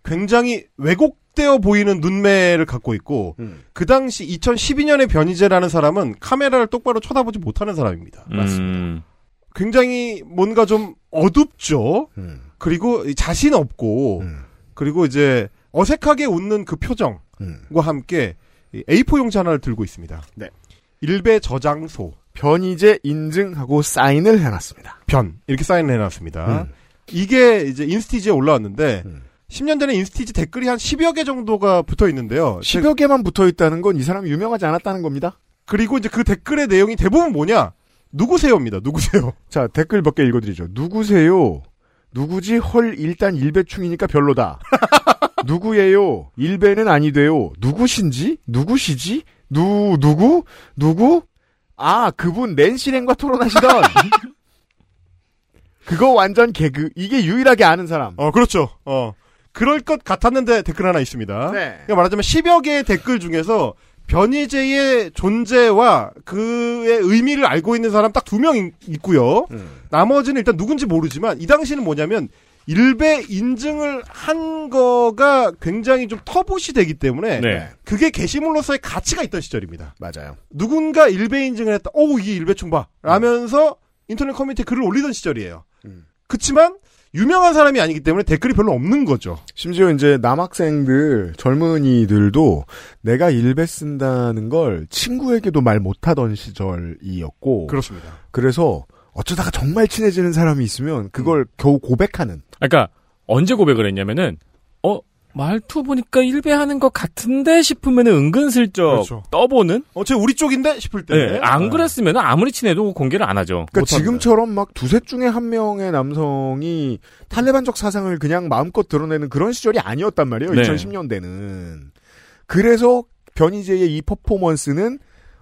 I: 굉장히 왜곡되어 보이는 눈매를 갖고 있고 그 당시 2012년에 변희재라는 사람은 카메라를 똑바로 쳐다보지 못하는 사람입니다.
D: 맞습니다.
I: 굉장히 뭔가 좀 어둡죠.
C: 음.
I: 그리고 이 자신 없고
C: 음.
I: 그리고 이제 어색하게 웃는 그 표정과
C: 음.
I: 함께 이 A4 용지 하나를 들고 있습니다.
C: 네.
I: 일베 저장소
C: 변희재 인증하고 사인을 해놨습니다.
I: 변 이렇게 사인을 해놨습니다.
C: 음.
I: 이게 이제 인스티지에 올라왔는데
C: 음.
I: 10년 전에 인스티지 댓글이 한 10여 개 정도가 붙어 있는데요.
C: 10여 개만 붙어 있다는 건 이 사람이 유명하지 않았다는 겁니다.
I: 그리고 이제 그 댓글의 내용이 대부분 뭐냐? 누구세요입니다. 누구세요?
C: 자, 댓글 몇 개 읽어드리죠. 누구세요? 누구지? 헐, 일단 일배충이니까 별로다. 누구예요? 일배는 아니 돼요. 누구신지? 누구시지? 누, 누구? 누구? 아, 그분 낸시랭과 토론하시던. 그거 완전 개그. 이게 유일하게 아는 사람.
I: 어, 그렇죠. 어. 그럴 것 같았는데 댓글 하나 있습니다.
C: 네.
I: 그러니까 말하자면 10여 개의 댓글 중에서 변희재의 존재와 그의 의미를 알고 있는 사람 딱 두 명 있고요. 나머지는 일단 누군지 모르지만 이 당시는 뭐냐면 일배 인증을 한 거가 굉장히 좀 터부시 되기 때문에
C: 네.
I: 그게 게시물로서의 가치가 있던 시절입니다.
C: 맞아요.
I: 누군가 일배 인증을 했다. 오, 이게 일배충 봐. 라면서 인터넷 커뮤니티에 글을 올리던 시절이에요. 그렇지만 유명한 사람이 아니기 때문에 댓글이 별로 없는 거죠.
C: 심지어 이제 남학생들, 젊은이들도 내가 일배 쓴다는 걸 친구에게도 말 못하던 시절이었고.
I: 그렇습니다.
C: 그래서 어쩌다가 정말 친해지는 사람이 있으면 그걸
D: 음.
C: 겨우 고백하는.
D: 그러니까 언제 고백을 했냐면은 어 말투 보니까 일배하는 것 같은데 싶으면은 은근슬쩍
C: 그렇죠.
D: 떠보는.
I: 어제 우리 쪽인데 싶을 때.
D: 네, 안 그랬으면 아무리 친해도 공개를 안 하죠.
C: 그러니까 지금처럼 막 두세 중에 한 명의 남성이 탈레반적 사상을 그냥 마음껏 드러내는 그런 시절이 아니었단 말이에요.
D: 네.
C: 2010년대는. 그래서 변희재의 이 퍼포먼스는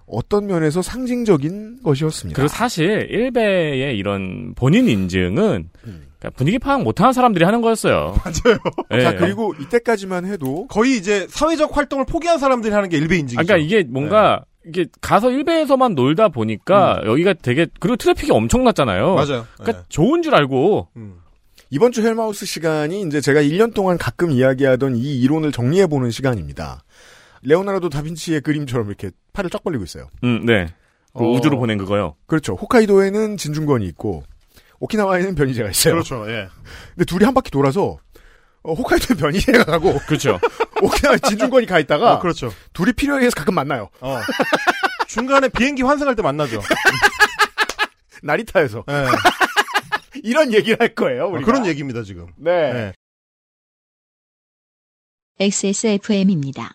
C: 어떤 면에서 상징적인 것이었습니다.
D: 그리고 사실 일베의 이런 본인 인증은 그러니까 분위기 파악 못하는 사람들이 하는 거였어요. 예.
I: 맞아요.
C: 자,
D: 네.
C: 그리고 이때까지만 해도
I: 거의 이제 사회적 활동을 포기한 사람들이 하는 게 일배 인증이죠.
D: 그러니까 이게 뭔가 이게 가서 일베에서만 놀다 보니까 여기가 되게 그리고 트래픽이 엄청났잖아요.
I: 맞아요.
D: 그러니까 좋은 줄 알고
C: 이번 주 헬마우스 시간이 이제 제가 1년 동안 가끔 이야기하던 이 이론을 정리해보는 시간입니다. 레오나르도 다빈치의 그림처럼 이렇게 팔을 쫙 벌리고 있어요.
D: 음, 네. 그
C: 어.
D: 우주로 보낸 그거요.
C: 그렇죠. 홋카이도에는 진중권이 있고 오키나와에는 변이제가 있어요.
I: 그렇죠. 예.
C: 근데 둘이 한 바퀴 돌아서 어, 홋카이도에 변이제가 가고
D: 그렇죠.
C: 오키나와 진중권이 가 있다가
I: 어, 그렇죠.
C: 둘이 필요에 의해서 가끔 만나요.
I: 어. 중간에 비행기 환승할 때 만나죠.
C: 나리타에서.
I: 예. 아,
C: 이런 얘기를 할 거예요. 우리가.
I: 그런 얘기입니다 예. 지금.
C: 네.
A: XSFM입니다.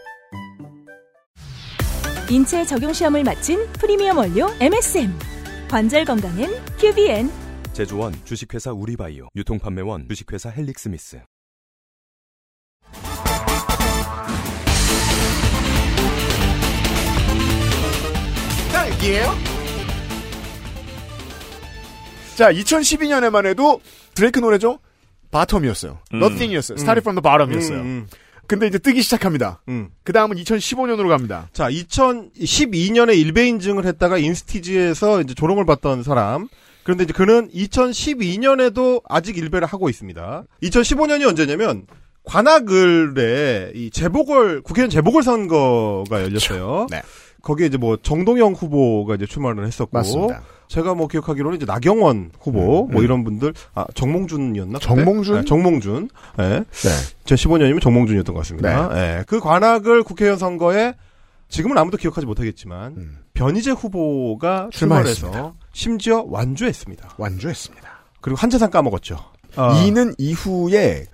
M: 인체 적용 시험을 마친 프리미엄 원료 MSM. 관절 건강엔 QBN.
K: 제조원 주식회사 우리바이오 유통판매원 주식회사 헬릭스미스
H: 딸기예요?
C: 자, 2012년에만 해도 드레이크 노래죠? 바텀이었어요.
I: 음.
C: Nothing이었어요.
I: 음.
C: Started from the bottom이었어요.
I: 음, 음.
C: 근데 이제 뜨기 시작합니다. 그 다음은 2015년으로 갑니다.
I: 자, 2012년에 일배 인증을 했다가 인스티지에서 이제 조롱을 받던 사람. 그런데 이제 그는 2012년에도 아직 일배를 하고 있습니다. 2015년이 언제냐면 관악을에 이 재보궐 국회의원 재보궐 선거가
C: 그렇죠.
I: 열렸어요.
C: 네.
I: 거기에 이제 뭐 정동영 후보가 이제 출마를 했었고
C: 맞습니다.
I: 제가 뭐 기억하기로는 이제 나경원 후보
C: 음,
I: 뭐
C: 음.
I: 이런 분들 아 정몽준이었나? 그때?
C: 정몽준? 네.
I: 네, 정몽준. 예. 2015년이면 정몽준이었던 것 같습니다. 예. 그 관악을 국회의원 선거에 지금은 아무도 기억하지 못하겠지만 변희재 후보가 출마를 해서
C: 음. 출마했습니다.
I: 심지어 완주했습니다.
C: 완주했습니다.
I: 그리고 한재산 까먹었죠.
C: 이는 이후에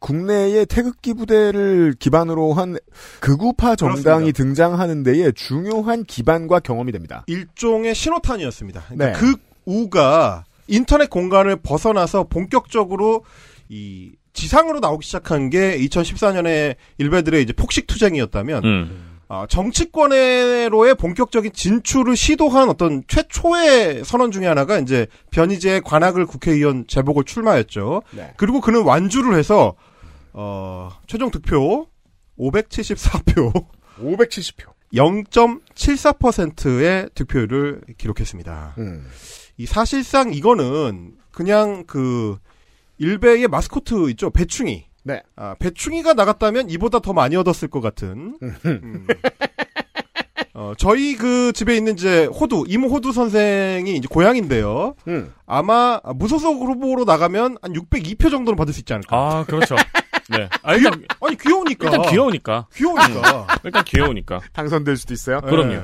C: 국내의 태극기 부대를 기반으로 한 극우파 정당이 등장하는 데에 중요한 기반과 경험이 됩니다.
I: 일종의 신호탄이었습니다.
C: 네.
I: 그러니까 극우가 인터넷 공간을 벗어나서 본격적으로 이 지상으로 나오기 시작한 게 2014년에 일베들의 이제 폭식 투쟁이었다면
D: 음.
I: 아, 정치권으로의 본격적인 진출을 시도한 어떤 최초의 선언 중에 하나가 이제 변희재 관악을 국회의원 재보궐 출마였죠. 그리고 그는 완주를 해서 어, 최종 득표 574표
C: 570표
I: 0.74%의 득표율을 기록했습니다.
C: 음.
I: 이 사실상 이거는 그냥 그 일베의 마스코트 있죠 배충이.
C: 네.
I: 아, 배충이가 나갔다면 이보다 더 많이 얻었을 것 같은. 음. 어, 저희 그 집에 있는 이제 호두, 이모 호두 선생이 이제 고향인데요. 아마 무소속 후보로 나가면 한 602표 정도는 받을 수 있지 않을까.
D: 아, 그렇죠. 네. 아, 일단,
I: 아니, 귀여우니까.
D: 일단 귀여우니까.
I: 귀여우니까.
D: 음, 일단 귀여우니까.
C: 당선될 수도 있어요?
D: 그럼요.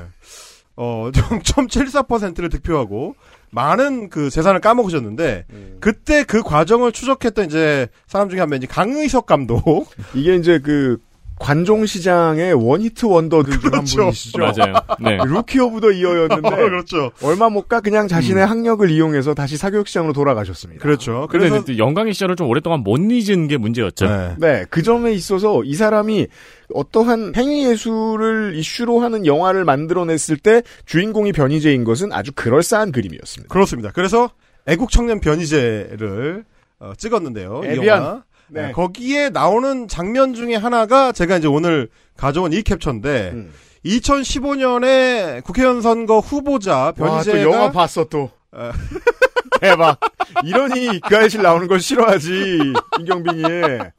I: 어, 0.74%를 득표하고 많은 그 재산을 까먹으셨는데
C: 예.
I: 그때 그 과정을 추적했던 이제 사람 중에 한 명이 강의석
C: 어,
I: 감독.
C: 이게 이제 그 관종시장의 원히트 원더들 중 한
I: 그렇죠.
C: 분이시죠.
I: 맞아요. 네.
C: 루키 오브 더 이어였는데 음.
I: 어, 그렇죠.
C: 얼마 못 가 그냥 자신의 학력을 이용해서 다시 사교육시장으로 돌아가셨습니다.
I: 그렇죠.
D: 근데 그 영광의 시절을 좀 오랫동안 못 잊은 게 문제였죠.
C: 네, 그 점에 있어서 이 사람이 어떠한 행위예술을 이슈로 하는 영화를 만들어냈을 때 주인공이 변희재인 것은 아주 그럴싸한 그림이었습니다.
I: 그렇습니다. 그래서 애국 청년 변희재를 어, 찍었는데요. 이
C: 에비안.
I: 영화.
C: 네.
I: 네, 거기에 나오는 장면 중에 하나가 제가 이제 오늘 가져온 이
C: 네.
I: 캡처인데
C: 음.
I: 2015년에 국회의원 선거 후보자 변희재가
C: 와, 또 영화 봤어 또. 아. 대박. 이러니 이가실 나오는 걸 싫어하지. 임경빈이의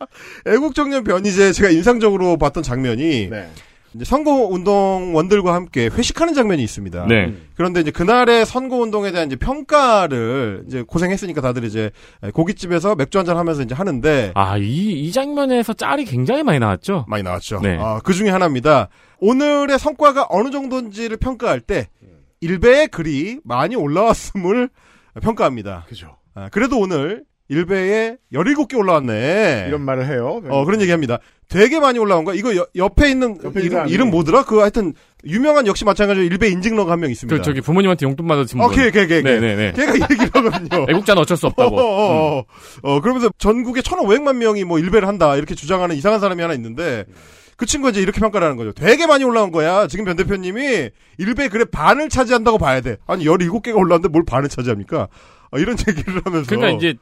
I: 애국 청년 변희재 제가 인상적으로 봤던 장면이
C: 네.
I: 이제 선거 운동원들과 함께 회식하는 장면이 있습니다.
D: 네.
I: 그런데 이제 그날의 선거 운동에 대한 이제 평가를 이제 고생했으니까 다들 이제 고깃집에서 맥주 한잔 하면서 이제 하는데
D: 아, 이, 이 장면에서 짤이 굉장히 많이 나왔죠?
I: 많이 나왔죠.
D: 네.
I: 아, 그 중에 하나입니다. 오늘의 성과가 어느 정도인지를 평가할 때 일베의 글이 많이 올라왔음을 평가합니다.
C: 그죠.
I: 아, 그래도 오늘 일베에 17개 올라왔네.
C: 이런 말을 해요.
I: 어, 그런 얘기 합니다. 되게 많이 올라온 거야. 이거 여- 옆에 있는 이름,
C: 사람이.
I: 이름 뭐더라? 그 하여튼 유명한 역시 마찬가지로 일베 인증러가 한 명 있습니다.
D: 그, 저기 부모님한테 용돈 받아서
I: 어, 걔, 걔, 걔, 걔.
D: 네네네.
I: 걔가 이 얘기를 하거든요.
D: 애국자는 어쩔 수 없다고. 음.
I: 어, 어, 어. 어, 그러면서 전국에 1,500만 명이 뭐 일배를 한다. 이렇게 주장하는 이상한 사람이 하나 있는데 그 친구가 이제 이렇게 평가를 하는 거죠. 되게 많이 올라온 거야. 지금 변 대표님이 일배 그래 반을 차지한다고 봐야 돼. 아니 17개가 올라왔는데 뭘 반을 차지합니까? 어, 이런 얘기를 하면서
D: 그러니까 이제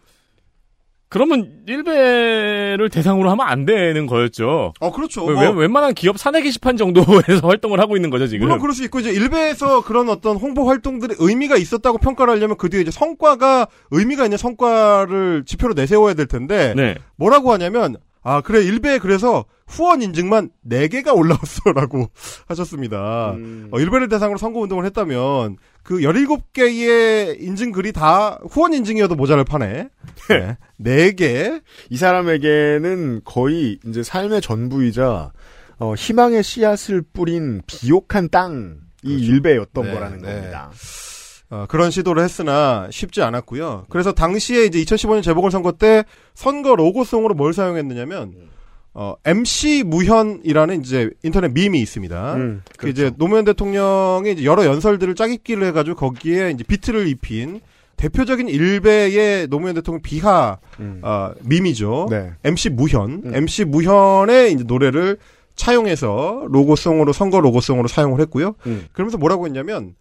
D: 그러면 일베를 대상으로 하면 안 되는 거였죠.
I: 어 그렇죠.
D: 왜-
I: 뭐.
D: 웬만한 기업 사내 게시판 정도에서 활동을 하고 있는 거죠 지금.
I: 물론 그럴 수 있고 이제 일베에서 그런 어떤 홍보 활동들의 의미가 있었다고 평가를 하려면 그 뒤에 이제 성과가 의미가 있는 성과를 지표로 내세워야 될 텐데
D: 네.
I: 뭐라고 하냐면 아 그래 일베에 그래서 후원 인증만 4개가 올라왔어라고 하셨습니다.
C: 음.
I: 어, 일베를 대상으로 선거 운동을 했다면 그 17개의 인증글이 다 후원 인증이어도 모자랄 판에 네. 네 개.
C: 이 사람에게는 거의 이제 삶의 전부이자 어, 희망의 씨앗을 뿌린 비옥한 땅이 일배였던
I: 네,
C: 거라는
I: 네.
C: 겁니다.
I: 어, 그런 시도를 했으나 쉽지 않았고요. 그래서 당시에 이제 2015년 재보궐선거 때 선거 로고송으로 뭘 사용했느냐면 어, MC 무현이라는 이제 인터넷 밈이 있습니다.
C: 음,
I: 그 이제 노무현 대통령이 이제 여러 연설들을 짜깁기를 해가지고 거기에 이제 비트를 입힌 대표적인 일베의 노무현 대통령 비하 어, 밈이죠.
C: 네.
I: MC 무현, MC 무현의 이제 노래를 차용해서 로고송으로 선거 로고송으로 사용을 했고요. 그러면서 뭐라고 했냐면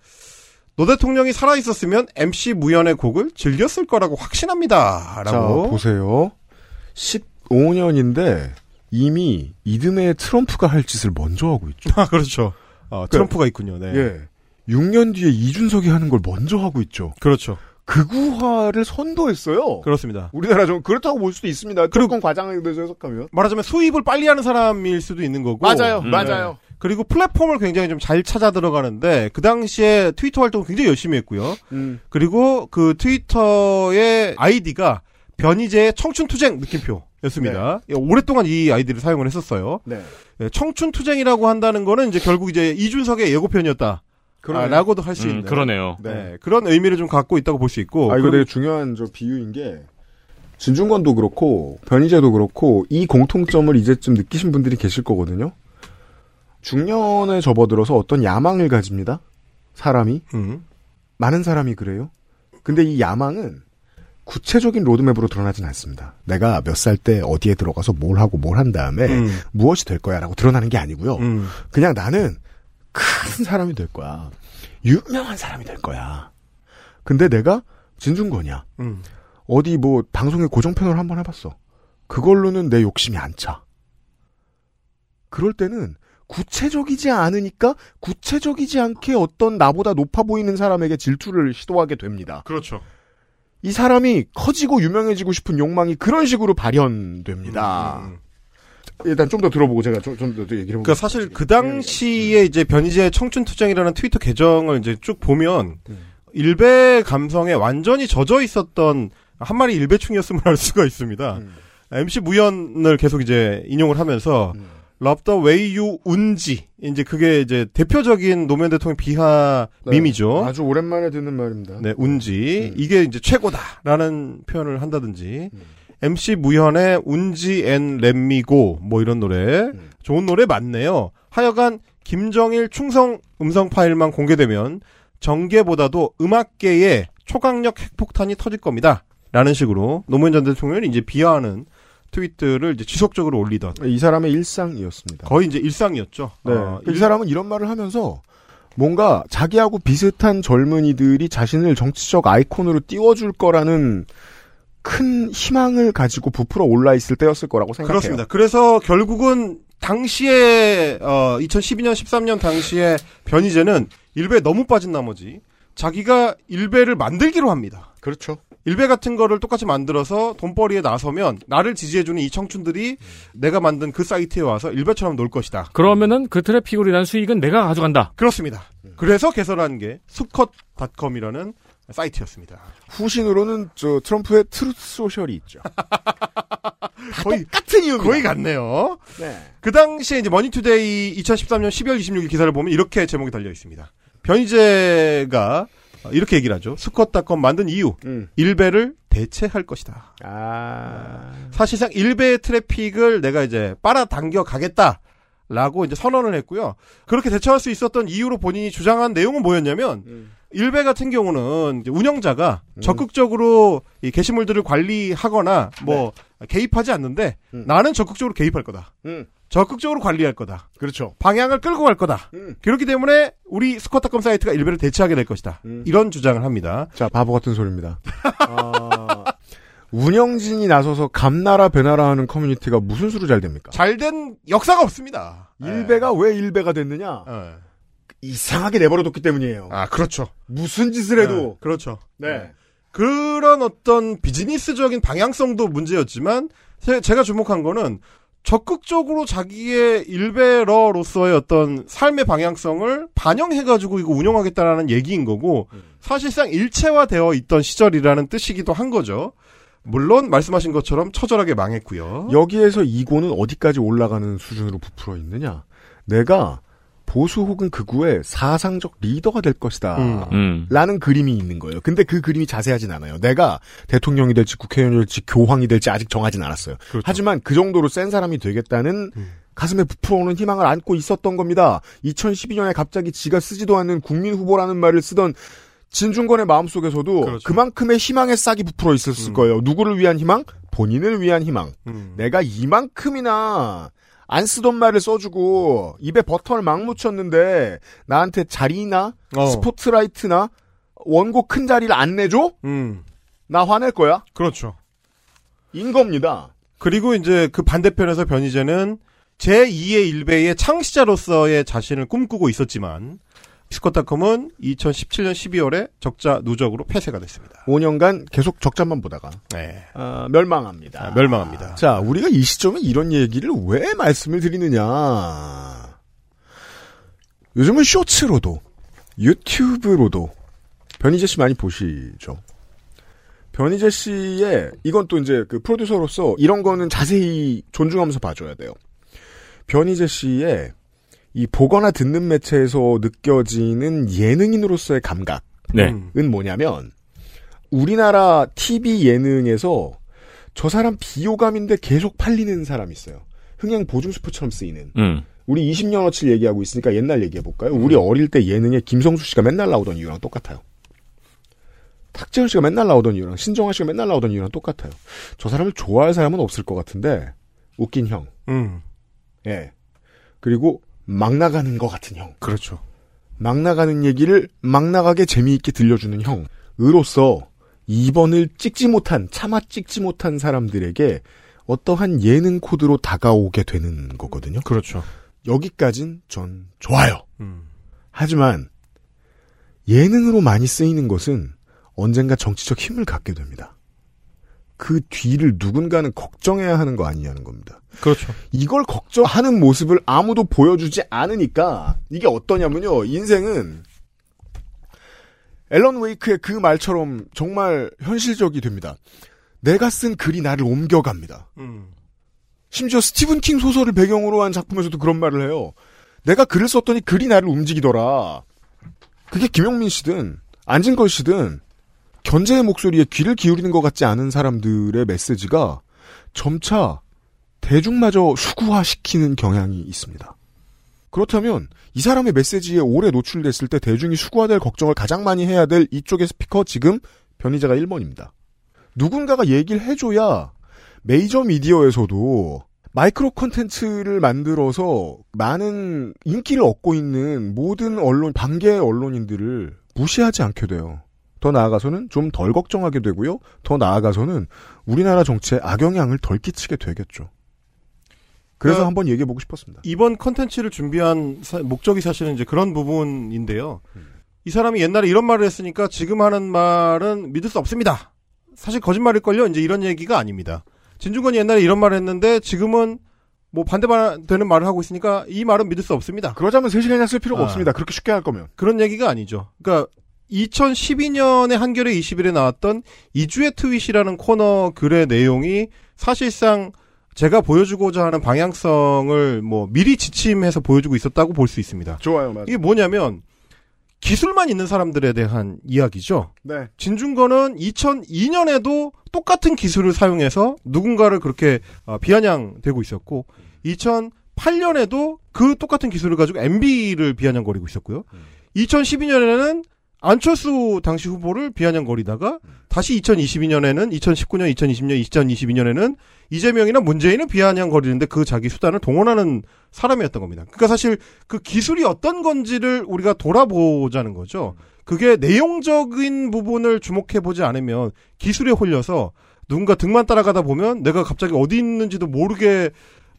I: 노 대통령이 살아 있었으면 MC 무현의 곡을 즐겼을 거라고
C: 자,
I: 확신합니다라고.
C: 보세요. 15년인데 이미 이듬해 트럼프가 할 짓을 먼저 하고 있죠.
I: 아, 그렇죠. 어, 트럼프가 있군요. 네.
C: 예. 6년 뒤에 이준석이 하는 걸 먼저 하고 있죠.
I: 그렇죠.
C: 극우화를 선도했어요.
I: 그렇습니다.
C: 우리나라 좀 그렇다고 볼 수도 있습니다. 조금 과장하게 돼서 해석하면.
I: 말하자면 수입을 빨리 하는 사람일 수도 있는 거고.
C: 맞아요,
D: 음.
C: 맞아요.
I: 그리고 플랫폼을 굉장히 좀 잘 찾아 들어가는데 그 당시에 트위터 활동을 굉장히 열심히 했고요.
C: 음.
I: 그리고 그 트위터의 아이디가 변희재의 청춘투쟁 느낌표였습니다. 예, 오랫동안 이 아이디를 사용을 했었어요.
C: 네.
I: 예, 청춘투쟁이라고 한다는 거는 이제 결국 이제 이준석의 예고편이었다.
C: 그러네요.
I: 아, 라고도 할 수
D: 음,
I: 있는.
D: 그러네요.
I: 네, 그런 의미를 좀 갖고 있다고 볼 수 있고.
C: 아, 이거
I: 그럼-
C: 되게 중요한 저 비유인 게, 진중권도 그렇고, 변희재도 그렇고, 이 공통점을 이제쯤 느끼신 분들이 계실 거거든요? 중년에 접어들어서 어떤 야망을 가집니다? 사람이? 많은 사람이 그래요? 근데 이 야망은 구체적인 로드맵으로 드러나진 않습니다. 내가 몇 살 때 어디에 들어가서 뭘 하고 뭘 한 다음에
I: 음.
C: 무엇이 될 거야 라고 드러나는 게 아니고요.
I: 음.
C: 그냥 나는 큰 사람이 될 거야. 유명한 사람이 될 거야. 근데 내가 진중권이야.
I: 음.
C: 어디 뭐 방송에 고정편을 한번 해봤어. 그걸로는 내 욕심이 안 차. 그럴 때는 구체적이지 않으니까 구체적이지 않게 어떤 나보다 높아 보이는 사람에게 질투를 시도하게 됩니다.
I: 그렇죠.
C: 이 사람이 커지고 유명해지고 싶은 욕망이 그런 식으로 발현됩니다. 일단 좀 더 들어보고 제가 좀 더 얘기를 해볼게요.
I: 음, 그러니까 사실 그 당시에 이제 변희재의 청춘 투쟁이라는 트위터 계정을 이제 쭉 보면 일베 감성에 완전히 젖어 있었던 한 마리 일베충이었음을 알 수가 있습니다. MC 무연을 계속 이제 인용을 하면서 랍더 웨이유 운지 이제 그게 이제 대표적인 노무현 대통령 비하
C: 네,
I: 밈이죠.
C: 아주 오랜만에 듣는 말입니다.
I: 네, 운지. 이게 이제 최고다라는 표현을 한다든지. MC 무현의 운지 앤 렛미고 뭐 이런 노래. 좋은 노래 많네요. 하여간 김정일 충성 음성 파일만 공개되면 정계보다도 음악계에 초강력 핵폭탄이 터질 겁니다. 라는 식으로 노무현 전 대통령을 이제 비하하는 트윗들을 이제 지속적으로 올리던
C: 이 사람의 일상이었습니다.
I: 거의 이제 일상이었죠.
C: 네.
I: 어,
C: 이 사람은 이런 말을 하면서 뭔가 자기하고 비슷한 젊은이들이 자신을 정치적 아이콘으로 띄워줄 거라는 큰 희망을 가지고 부풀어 올라 있을 때였을 거라고 생각해요.
I: 그렇습니다. 그래서 결국은 당시에 어, 2012년 13년 당시에 변희재는 일베에 너무 빠진 나머지 자기가 일베를 만들기로 합니다.
C: 그렇죠.
I: 일베 같은 거를 똑같이 만들어서 돈벌이에 나서면 나를 지지해주는 이 청춘들이 내가 만든 그 사이트에 와서 일베처럼 놀 것이다.
D: 그러면은 그 트래픽으로 인한 수익은 내가 가져간다.
I: 그렇습니다.
C: 네.
I: 그래서 개설한 게 수컷닷컴이라는 사이트였습니다.
C: 후신으로는 저 트럼프의 트루스 소셜이 있죠.
I: 거의 같은 이유 거의 같네요. 그 당시에 이제 머니투데이 2013년 12월 26일 기사를 보면 이렇게 제목이 달려 있습니다. 변희재가 이렇게 얘기를 하죠. 수컷닷컴 만든 이유, 일베를 대체할 것이다. 아. 사실상 일베의 트래픽을 내가 이제 빨아당겨 가겠다. 라고 이제 선언을 했고요. 그렇게 대처할 수 있었던 이유로 본인이 주장한 내용은 뭐였냐면 일베 같은 경우는 이제 운영자가 적극적으로 이 게시물들을 관리하거나 뭐 개입하지 않는데 나는 적극적으로 개입할 거다. 적극적으로 관리할 거다.
C: 그렇죠.
I: 방향을 끌고 갈 거다. 그렇기 때문에 우리 스쿼트닷컴 사이트가 일베를 대체하게 될 것이다. 이런 주장을 합니다.
C: 자, 바보 같은 소리입니다. 어, 운영진이 나서서 감나라 배나라 하는 커뮤니티가 무슨 수로 잘 됩니까?
I: 잘된 역사가 없습니다. 예.
C: 일베가 왜 일베가 됐느냐? 이상하게 내버려뒀기 때문이에요.
I: 아, 그렇죠.
C: 무슨 짓을 해도.
I: 그렇죠.
C: 네.
I: 그런 어떤 비즈니스적인 방향성도 문제였지만 제- 제가 주목한 거는 적극적으로 자기의 일베러로서의 어떤 삶의 방향성을 반영해가지고 이거 운영하겠다라는 얘기인 거고 사실상 일체화되어 있던 시절이라는 뜻이기도 한 거죠. 물론 말씀하신 것처럼 처절하게 망했고요.
C: 여기에서 이고는 어디까지 올라가는 수준으로 부풀어 있느냐? 내가 보수 혹은 극우의 사상적 리더가 될 것이다.
I: 음.
D: 음.
C: 라는 그림이 있는 거예요. 근데 그 그림이 자세하진 않아요. 내가 대통령이 될지 국회의원이 될지 교황이 될지 아직 정하진 않았어요. 하지만 그 정도로 센 사람이 되겠다는 가슴에 부풀어오는 희망을 안고 있었던 겁니다. 2012년에 갑자기 지가 쓰지도 않는 국민 후보라는 말을 쓰던 진중권의 마음속에서도 그만큼의 희망의 싹이 부풀어 있었을 거예요. 누구를 위한 희망? 본인을 위한 희망. 내가 이만큼이나 안 쓰던 말을 써주고 입에 버터를 막 묻혔는데 나한테 자리나
I: 어.
C: 스포트라이트나 원고 큰 자리를 안 내줘?
I: 음.
C: 나 화낼 거야.
I: 그렇죠.
C: 인 겁니다.
I: 그리고 이제 그 반대편에서 변희재는 제2의 일베의 창시자로서의 자신을 꿈꾸고 있었지만 스코닷컴은 2017년 12월에 적자 누적으로 폐쇄가 됐습니다.
C: 5년간 계속 적자만 보다가
I: 네.
C: 아, 멸망합니다.
I: 아, 멸망합니다.
C: 자, 우리가 이 시점에 이런 얘기를 왜 말씀을 드리느냐. 요즘은 쇼츠로도, 유튜브로도, 변희재 씨 많이 보시죠. 변희재 씨의, 이건 또 이제 그 프로듀서로서 이런 거는 자세히 존중하면서 봐줘야 돼요. 변희재 씨의 이 보거나 듣는 매체에서 느껴지는 예능인으로서의 감각은
D: 네.
I: 음.
C: 뭐냐면, 우리나라 TV 예능에서 저 사람 비호감인데 계속 팔리는 사람 있어요. 흥행 보증 수표처럼 쓰이는.
D: 음.
C: 우리 20년어치를 얘기하고 있으니까 옛날 얘기해볼까요? 우리 어릴 때 예능에 김성수 씨가 맨날 나오던 이유랑 똑같아요. 탁재훈 씨가 맨날 나오던 이유랑 신정아 씨가 맨날 나오던 이유랑 똑같아요. 저 사람을 좋아할 사람은 없을 것 같은데 웃긴 형.
I: 음.
C: 예. 그리고 막 나가는 것 같은 형.
I: 그렇죠.
C: 막 나가는 얘기를 막 나가게 재미있게 들려주는 형으로서 2번을 찍지 못한 차마 찍지 못한 사람들에게 어떠한 예능 코드로 다가오게 되는 거거든요.
I: 그렇죠. 음.
C: 여기까진 전 좋아요. 하지만 예능으로 많이 쓰이는 것은 언젠가 정치적 힘을 갖게 됩니다. 그 뒤를 누군가는 걱정해야 하는 거 아니냐는 겁니다.
N: 그렇죠.
C: 이걸 걱정하는 모습을 아무도 보여주지 않으니까 이게 어떠냐면요. 인생은 앨런 웨이크의 그 말처럼 정말 현실적이 됩니다. 내가 쓴 글이 나를 옮겨갑니다. 심지어 스티븐 킹 소설을 배경으로 한 작품에서도 그런 말을 해요. 내가 글을 썼더니 글이 나를 움직이더라. 그게 김용민 씨든 안진걸 씨든 견제의 목소리에 귀를 기울이는 것 같지 않은 사람들의 메시지가 점차 대중마저 수구화시키는 경향이 있습니다. 그렇다면 이 사람의 메시지에 오래 노출됐을 때 대중이 수구화될 걱정을 가장 많이 해야 될 이쪽의 스피커 지금 변희자가 1번입니다. 누군가가 얘기를 해줘야 메이저 미디어에서도 마이크로 콘텐츠를 만들어서 많은 인기를 얻고 있는 모든 언론, 반개 언론인들을 무시하지 않게 돼요. 더 나아가서는 좀 덜 걱정하게 되고요. 더 나아가서는 우리나라 정치에 악영향을 덜 끼치게 되겠죠. 그래서
I: 그-
C: 한번 얘기해보고 싶었습니다.
I: 이번 컨텐츠를 준비한 사- 목적이 사실은 이제 그런 부분인데요. 이 사람이 옛날에 이런 말을 했으니까 지금 하는 말은 믿을 수 없습니다. 사실 거짓말일걸요? 이제 이런 얘기가 아닙니다. 진중권이 옛날에 이런 말을 했는데 지금은 뭐 반대되는 말을 하고 있으니까 이 말은 믿을 수 없습니다.
C: 그러자면 3시간이나 쓸 필요가 없습니다. 그렇게 쉽게 할 거면.
I: 그런 얘기가 아니죠. 그러니까 2012년에 한겨레 20일에 나왔던 이주의 트윗이라는 코너 글의 내용이 사실상 제가 보여주고자 하는 방향성을 뭐 미리 지침해서 보여주고 있었다고 볼 수 있습니다.
C: 좋아요, 맞아요.
I: 이게 뭐냐면 기술만 있는 사람들에 대한 이야기죠.
C: 네.
I: 진중권은 2002년에도 똑같은 기술을 사용해서 누군가를 그렇게 어, 비아냥되고 있었고 2008년에도 그 똑같은 기술을 가지고 MB를 비아냥거리고 있었고요.
C: 음.
I: 2012년에는 안철수 당시 후보를 비아냥거리다가
C: 음.
I: 다시 2022년에는 2019년, 2020년, 2022년에는 이재명이나 문재인을 비아냥거리는데 그 자기 수단을 동원하는 사람이었던 겁니다. 그러니까 사실 그 기술이 어떤 건지를 우리가 돌아보자는 거죠. 그게 내용적인 부분을 주목해 보지 않으면 기술에 홀려서 누군가 등만 따라가다 보면 내가 갑자기 어디 있는지도 모르게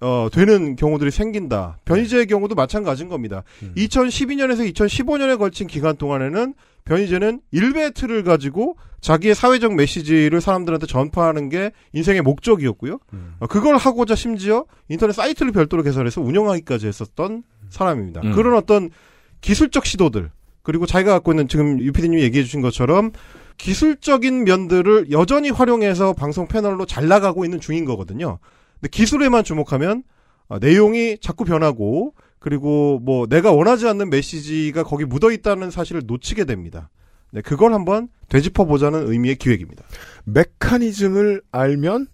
I: 어, 되는 경우들이 생긴다. 변희재의 경우도 마찬가지인 겁니다. 2012년에서 2015년에 걸친 기간 동안에는 변희재는 일베트를 가지고 자기의 사회적 메시지를 사람들한테 전파하는 게 인생의 목적이었고요.
C: 음.
I: 어, 그걸 하고자 심지어 인터넷 사이트를 별도로 개설해서 운영하기까지 했었던 사람입니다.
N: 음.
I: 그런 어떤 기술적 시도들 그리고 자기가 갖고 있는 지금 유피디님이 얘기해 주신 것처럼 기술적인 면들을 여전히 활용해서 방송 패널로 잘 나가고 있는 중인 거거든요. 근데 기술에만 주목하면 어, 내용이 자꾸 변하고 그리고 뭐 내가 원하지 않는 메시지가 거기 묻어 있다는 사실을 놓치게 됩니다. 네, 그걸 한번 되짚어 보자는 의미의 기획입니다.
C: 메커니즘을 알면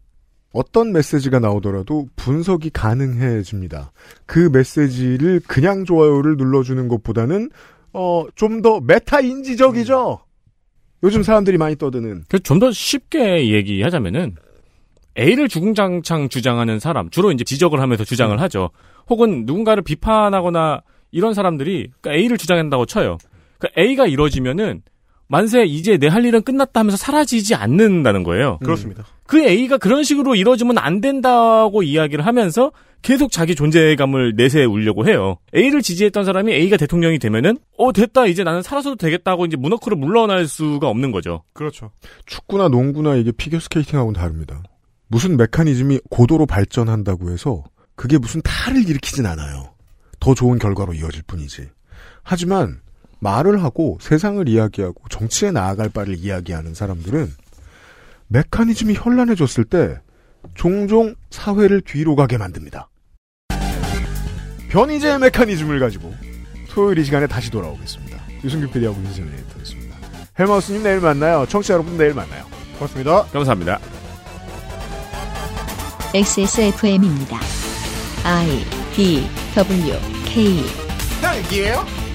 C: 어떤 메시지가 나오더라도 분석이 가능해집니다. 그 메시지를 그냥 좋아요를 눌러주는 것보다는 어, 좀 더 메타 인지적이죠. 요즘 사람들이 많이 떠드는
N: 좀 더 쉽게 얘기하자면은 A를 주구장창 주장하는 사람 주로 이제 지적을 하면서 주장을 하죠. 혹은 누군가를 비판하거나 이런 사람들이 그러니까 A를 주장한다고 쳐요. 그 A가 이루어지면은 만세 이제 내 할 일은 끝났다 하면서 사라지지 않는다는
D: 음.
N: 거예요.
I: 그렇습니다.
N: 그 A가 그런 식으로 이루어지면 안 된다고 이야기를 하면서 계속 자기 존재감을 내세우려고 해요. A를 지지했던 사람이 A가 대통령이 되면은 어 됐다 이제 나는 살아서도 되겠다고 이제 문어크로 물러날 수가 없는 거죠.
I: 그렇죠.
C: 축구나 농구나 이게 피겨 스케이팅하고는 다릅니다. 무슨 메커니즘이 고도로 발전한다고 해서 그게 무슨 탈을 일으키진 않아요. 더 좋은 결과로 이어질 뿐이지. 하지만 말을 하고 세상을 이야기하고 정치에 나아갈 바를 이야기하는 사람들은 메커니즘이 현란해졌을 때 종종 사회를 뒤로 가게 만듭니다. 변이제 메커니즘을 가지고 토요일 이 시간에 다시 돌아오겠습니다. 유승규 PD하고 윤세민 에디터였습니다. 헬마우스님 내일 만나요. 청취자 여러분 내일 만나요.
I: 고맙습니다.
N: 감사합니다.
A: XSFM입니다. I D W K
L: 네, 딸기예요?